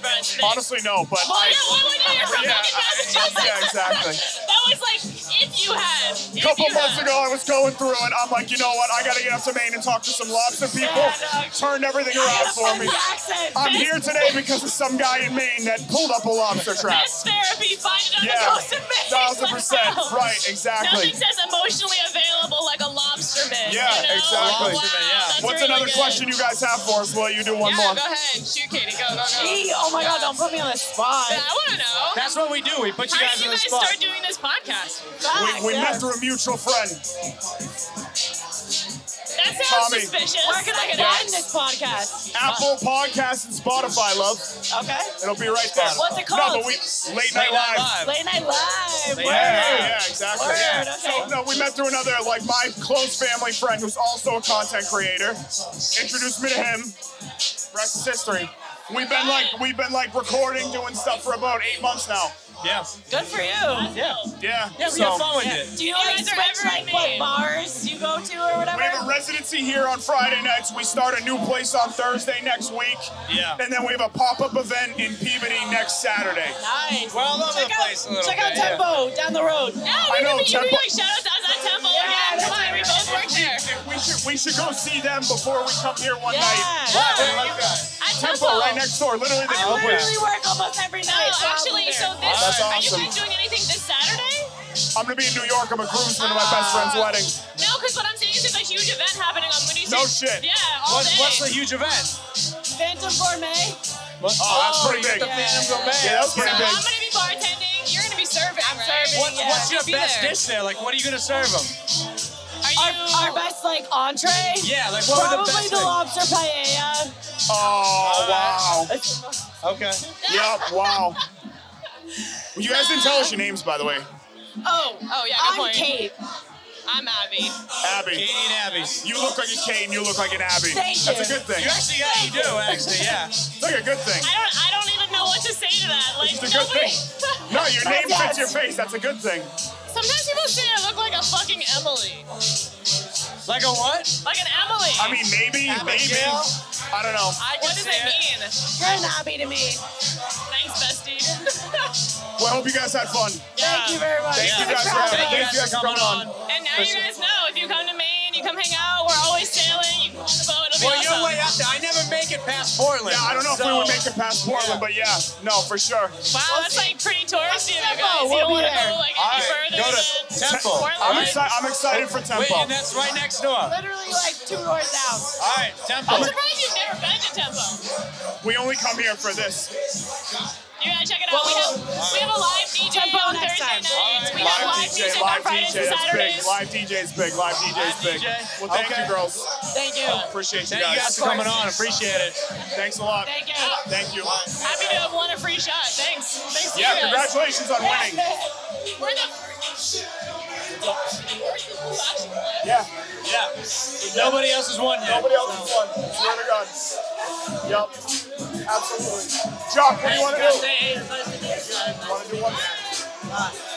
Bro, it's big.
Honestly, no, but
Well,
I,
yeah, why would you? You're from
Yeah,
fucking
I-
Massachusetts.
yeah, exactly.
[laughs] that was like, if you had. If
couple
you
months
had.
ago, I was going through it. I'm like, you know what? I got to get up to Maine and talk to some lobster people.
Yeah, dog.
Turned everything around for
[laughs]
me.
accent.
I'm here today because of some guy in Maine that pulled up a lobster trap.
Best therapy, find it on
Yeah,
the coast of Maine.
thousand percent.
Wow.
Right, exactly.
Nothing says emotionally available like a lobsterman.
Yeah,
you know?
exactly.
Wow,
Lobsterman, yeah.
that's
What's
really
another
good.
question you guys have for us while you do one
yeah,
more?
go ahead. Shoot, Katie. Go, go, go.
Gee, oh my god, don't put me on the spot.
Yeah, I want to know.
That's what we do. We put you
How
guys
did you
on the
guys
spot.
start doing this podcast?
Facts,
We
yeah.
met through a mutual friend.
That sounds
Tommy.
suspicious.
Where can I
Look at
find
that.
this podcast?
Apple Podcasts and Spotify, love.
Okay.
It'll be right there.
What's it
No,
called?
but we late night
Late Night
live.
Live.
Late Night Live.
Late
Word.
Night
Yeah, yeah, exactly.
Word,
Yeah.
okay.
So no, we met through another, like my close family friend who's also a content creator. Introduced me to him. Rest is history. We've been like we've been like recording, doing stuff for about eight months now.
Yeah.
Good for you.
Yeah.
Yeah.
Yeah, we
so,
have fun with it.
Do
You
you like
guys are
switch
ever
like
in
what
Maine.
bars you go to or whatever?
We have a residency here on Friday nights. We start a new place on Thursday next week.
Yeah.
And then we have a pop-up event in Peabody next Saturday.
nice.
We're all over
check
the
out,
place a little
check out
bit, yeah.
Tempo down the road.
Yeah,
I
we
know,
know, you
Temple-
can like shout out to us at Temple.
Yeah,
Yeah,
that's
come on, we
right.
both work here.
We should we should go see them before we come here one
Yeah.
night.
Right,
Something like that.
At
Temple
Temple.
right next door, literally the
I literally work almost every night.
No,
so I'll
actually,
be
so
there.
this,
That's awesome.
are you guys doing anything this Saturday? Ah.
I'm gonna be in New York. I'm a groomsman at my best friend's wedding.
No, because what I'm saying is there's a huge event happening
No shit.
Yeah, all
What's,
day.
what's the huge event?
Phantom Gourmet.
What-
Oh, that's pretty
you
big.
got the Phantom Gourmet.
Yeah, that's pretty
so
big.
I'm gonna be bartending. You're gonna be serving. I'm serving.
What,
yeah.
What's your
Be
best
there.
dish there? Like, what are you gonna serve them?
Are
Our,
you?
our best like entree.
Yeah, like what were the
Probably
best?
the
thing?
lobster paella.
Oh wow.
Okay.
Yup. Wow. You guys didn't tell us your names, by the way.
oh, oh yeah. Good
I'm
point.
Kate.
I'm Abby.
Abby.
Katie and Abby.
You look like a Kate and you look like an Abby.
Thank
That's a
you.
good thing.
You actually, yeah, you do actually, yeah.
It's like a good thing.
I don't. I don't even know what to say to that. Like
It's a good
nobody.
No,
[laughs]
your name fits your face. That's a good thing.
Sometimes people say I look like a fucking Emily.
Like a what?
Like an Emily.
I mean, maybe, maybe.
Abigail?
I don't know.
I what does
see
it
it.
mean?
You're an Abby to me.
Thanks, bestie.
Well, I hope you guys had fun.
Thank you very much.
Thank you guys for having
Thank
me.
you guys for coming on.
And now you guys know if you come to Maine, you come hang out. We're always sailing. You can go on the boat. It'll be
Well,
awesome.
you're way up there. I never make it past Portland.
Yeah, I don't know if we
so-
would make it past Portland,
Yeah.
but yeah, no, for sure.
Wow, that's like pretty touristy, of you
Tempo,
guys. You
we'll
don't want
be
to
there.
go like
All
any
right,
further
go
than
to Temple.
Portland.
I'm
Right.
excited. I'm excited for
Wait,
Tempo.
and that's right next door. All
Literally like two doors down.
right, Temple.
I'm surprised you've never been to Tempo.
We only come here for this.
You gotta check it out. We have we have a live DJ
Tempo
on
next
Thursday
time.
nights. We have
Live
live
DJ,
music on
live
Fridays
DJ,
and
that's
Saturdays.
big. Live DJ's big. Live DJ's big.
DJ.
Well, thank
Okay.
you, girls.
Thank you.
Appreciate you
Thank you guys
guys.
for coming on. Appreciate it.
Thanks a lot.
Thank you.
Thank you.
Happy to have won a free shot. Thanks. Thanks to
Yeah,
you guys.
congratulations on winning.
We're the first people who actually won.
Yeah,
Yeah. Nobody else has won yet.
nobody else has won. Swear to God. Yep, absolutely. Jock, what do you want to do? Want to do one?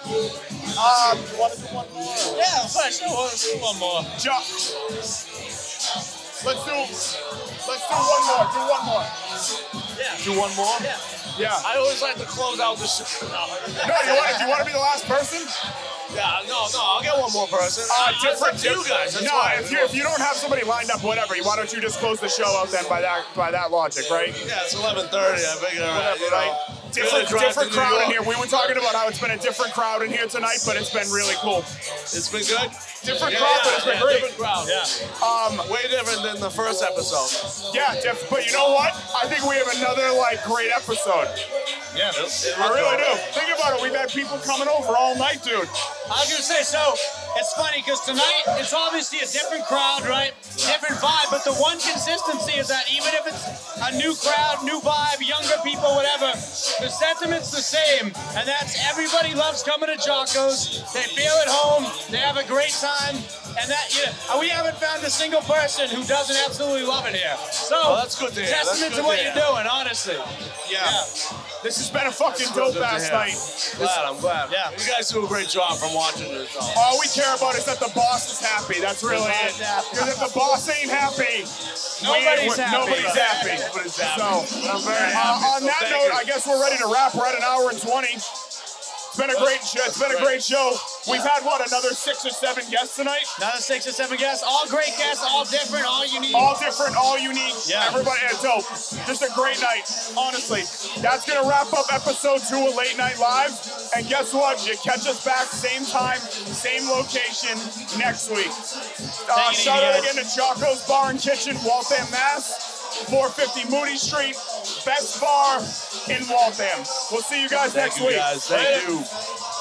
Um, you want to do one more?
Yeah, but sure. Let's do one more.
Jock. Let's do. Let's do one more. Do one more.
Yeah.
Do one more.
Yeah.
Yeah.
I always like to close out the show. [laughs]
No, you want to. You want to be the last person?
Yeah, no, no, I'll get one more person.
Uh,
It's
different
up to you guys. That's
no,
why.
if you if you don't have somebody lined up, whatever. Why don't you just close the show out then? By that by that logic, right?
Yeah, it's 11:30. I figured. all right,
Whatever,
you
right?
know.
Different,
drive
different
to New
crowd in here.
York.
We were talking about how it's been a different crowd in here tonight, but it's been really cool.
It's been good.
Different crowd, but it's been great.
Different crowd. Yeah.
Um,
Way different than the first episode.
yeah, diff- but you know what? I think we have another like great episode.
Yeah,
I really do. Think about it. We've had people coming over all night,
I
dude.
was gonna say so. It's funny because tonight it's obviously a different crowd, right? Different vibe, but the one consistency is that even if it's a new crowd, new vibe, younger people, whatever, the sentiment's the same, and that's everybody loves coming to Jocko's. They feel at home. They have a great time, and that you know, we haven't found a single person who doesn't absolutely love it here. So
Oh, that's good to hear. That's
Testament
good
to
to
what
hear.
you're doing, honestly.
Yeah.
This has been a fucking dope ass night.
Glad, I'm glad.
Yeah.
You guys do a great job from watching this. all.
All we care about is that the boss is happy. That's really it. Because if the boss ain't happy,
Nobody's
we're-
happy.
Nobody's happy.
Nobody's happy.
So,
I'm very happy.
uh, on
So
that
thank
note,
you.
I guess we're ready to wrap. We're at an hour and twenty. It's been a great show. It's been a great show. We've had what another six or seven guests tonight.
Another six or seven guests, all great guests, all different, all unique.
All different, all unique.
Yeah.
Everybody, yeah, dope. Just a great night, honestly. That's gonna wrap up episode two of Late Night Live. And guess what? You catch us back same time, same location next week. Uh,
Take it
shout out
easy, guys.
again to Jocko's Bar and Kitchen, Waltham, Mass. 450 Moody Street, best bar in Waltham. We'll see you guys next
Thank you
week.
guys. Thank
Later.
you.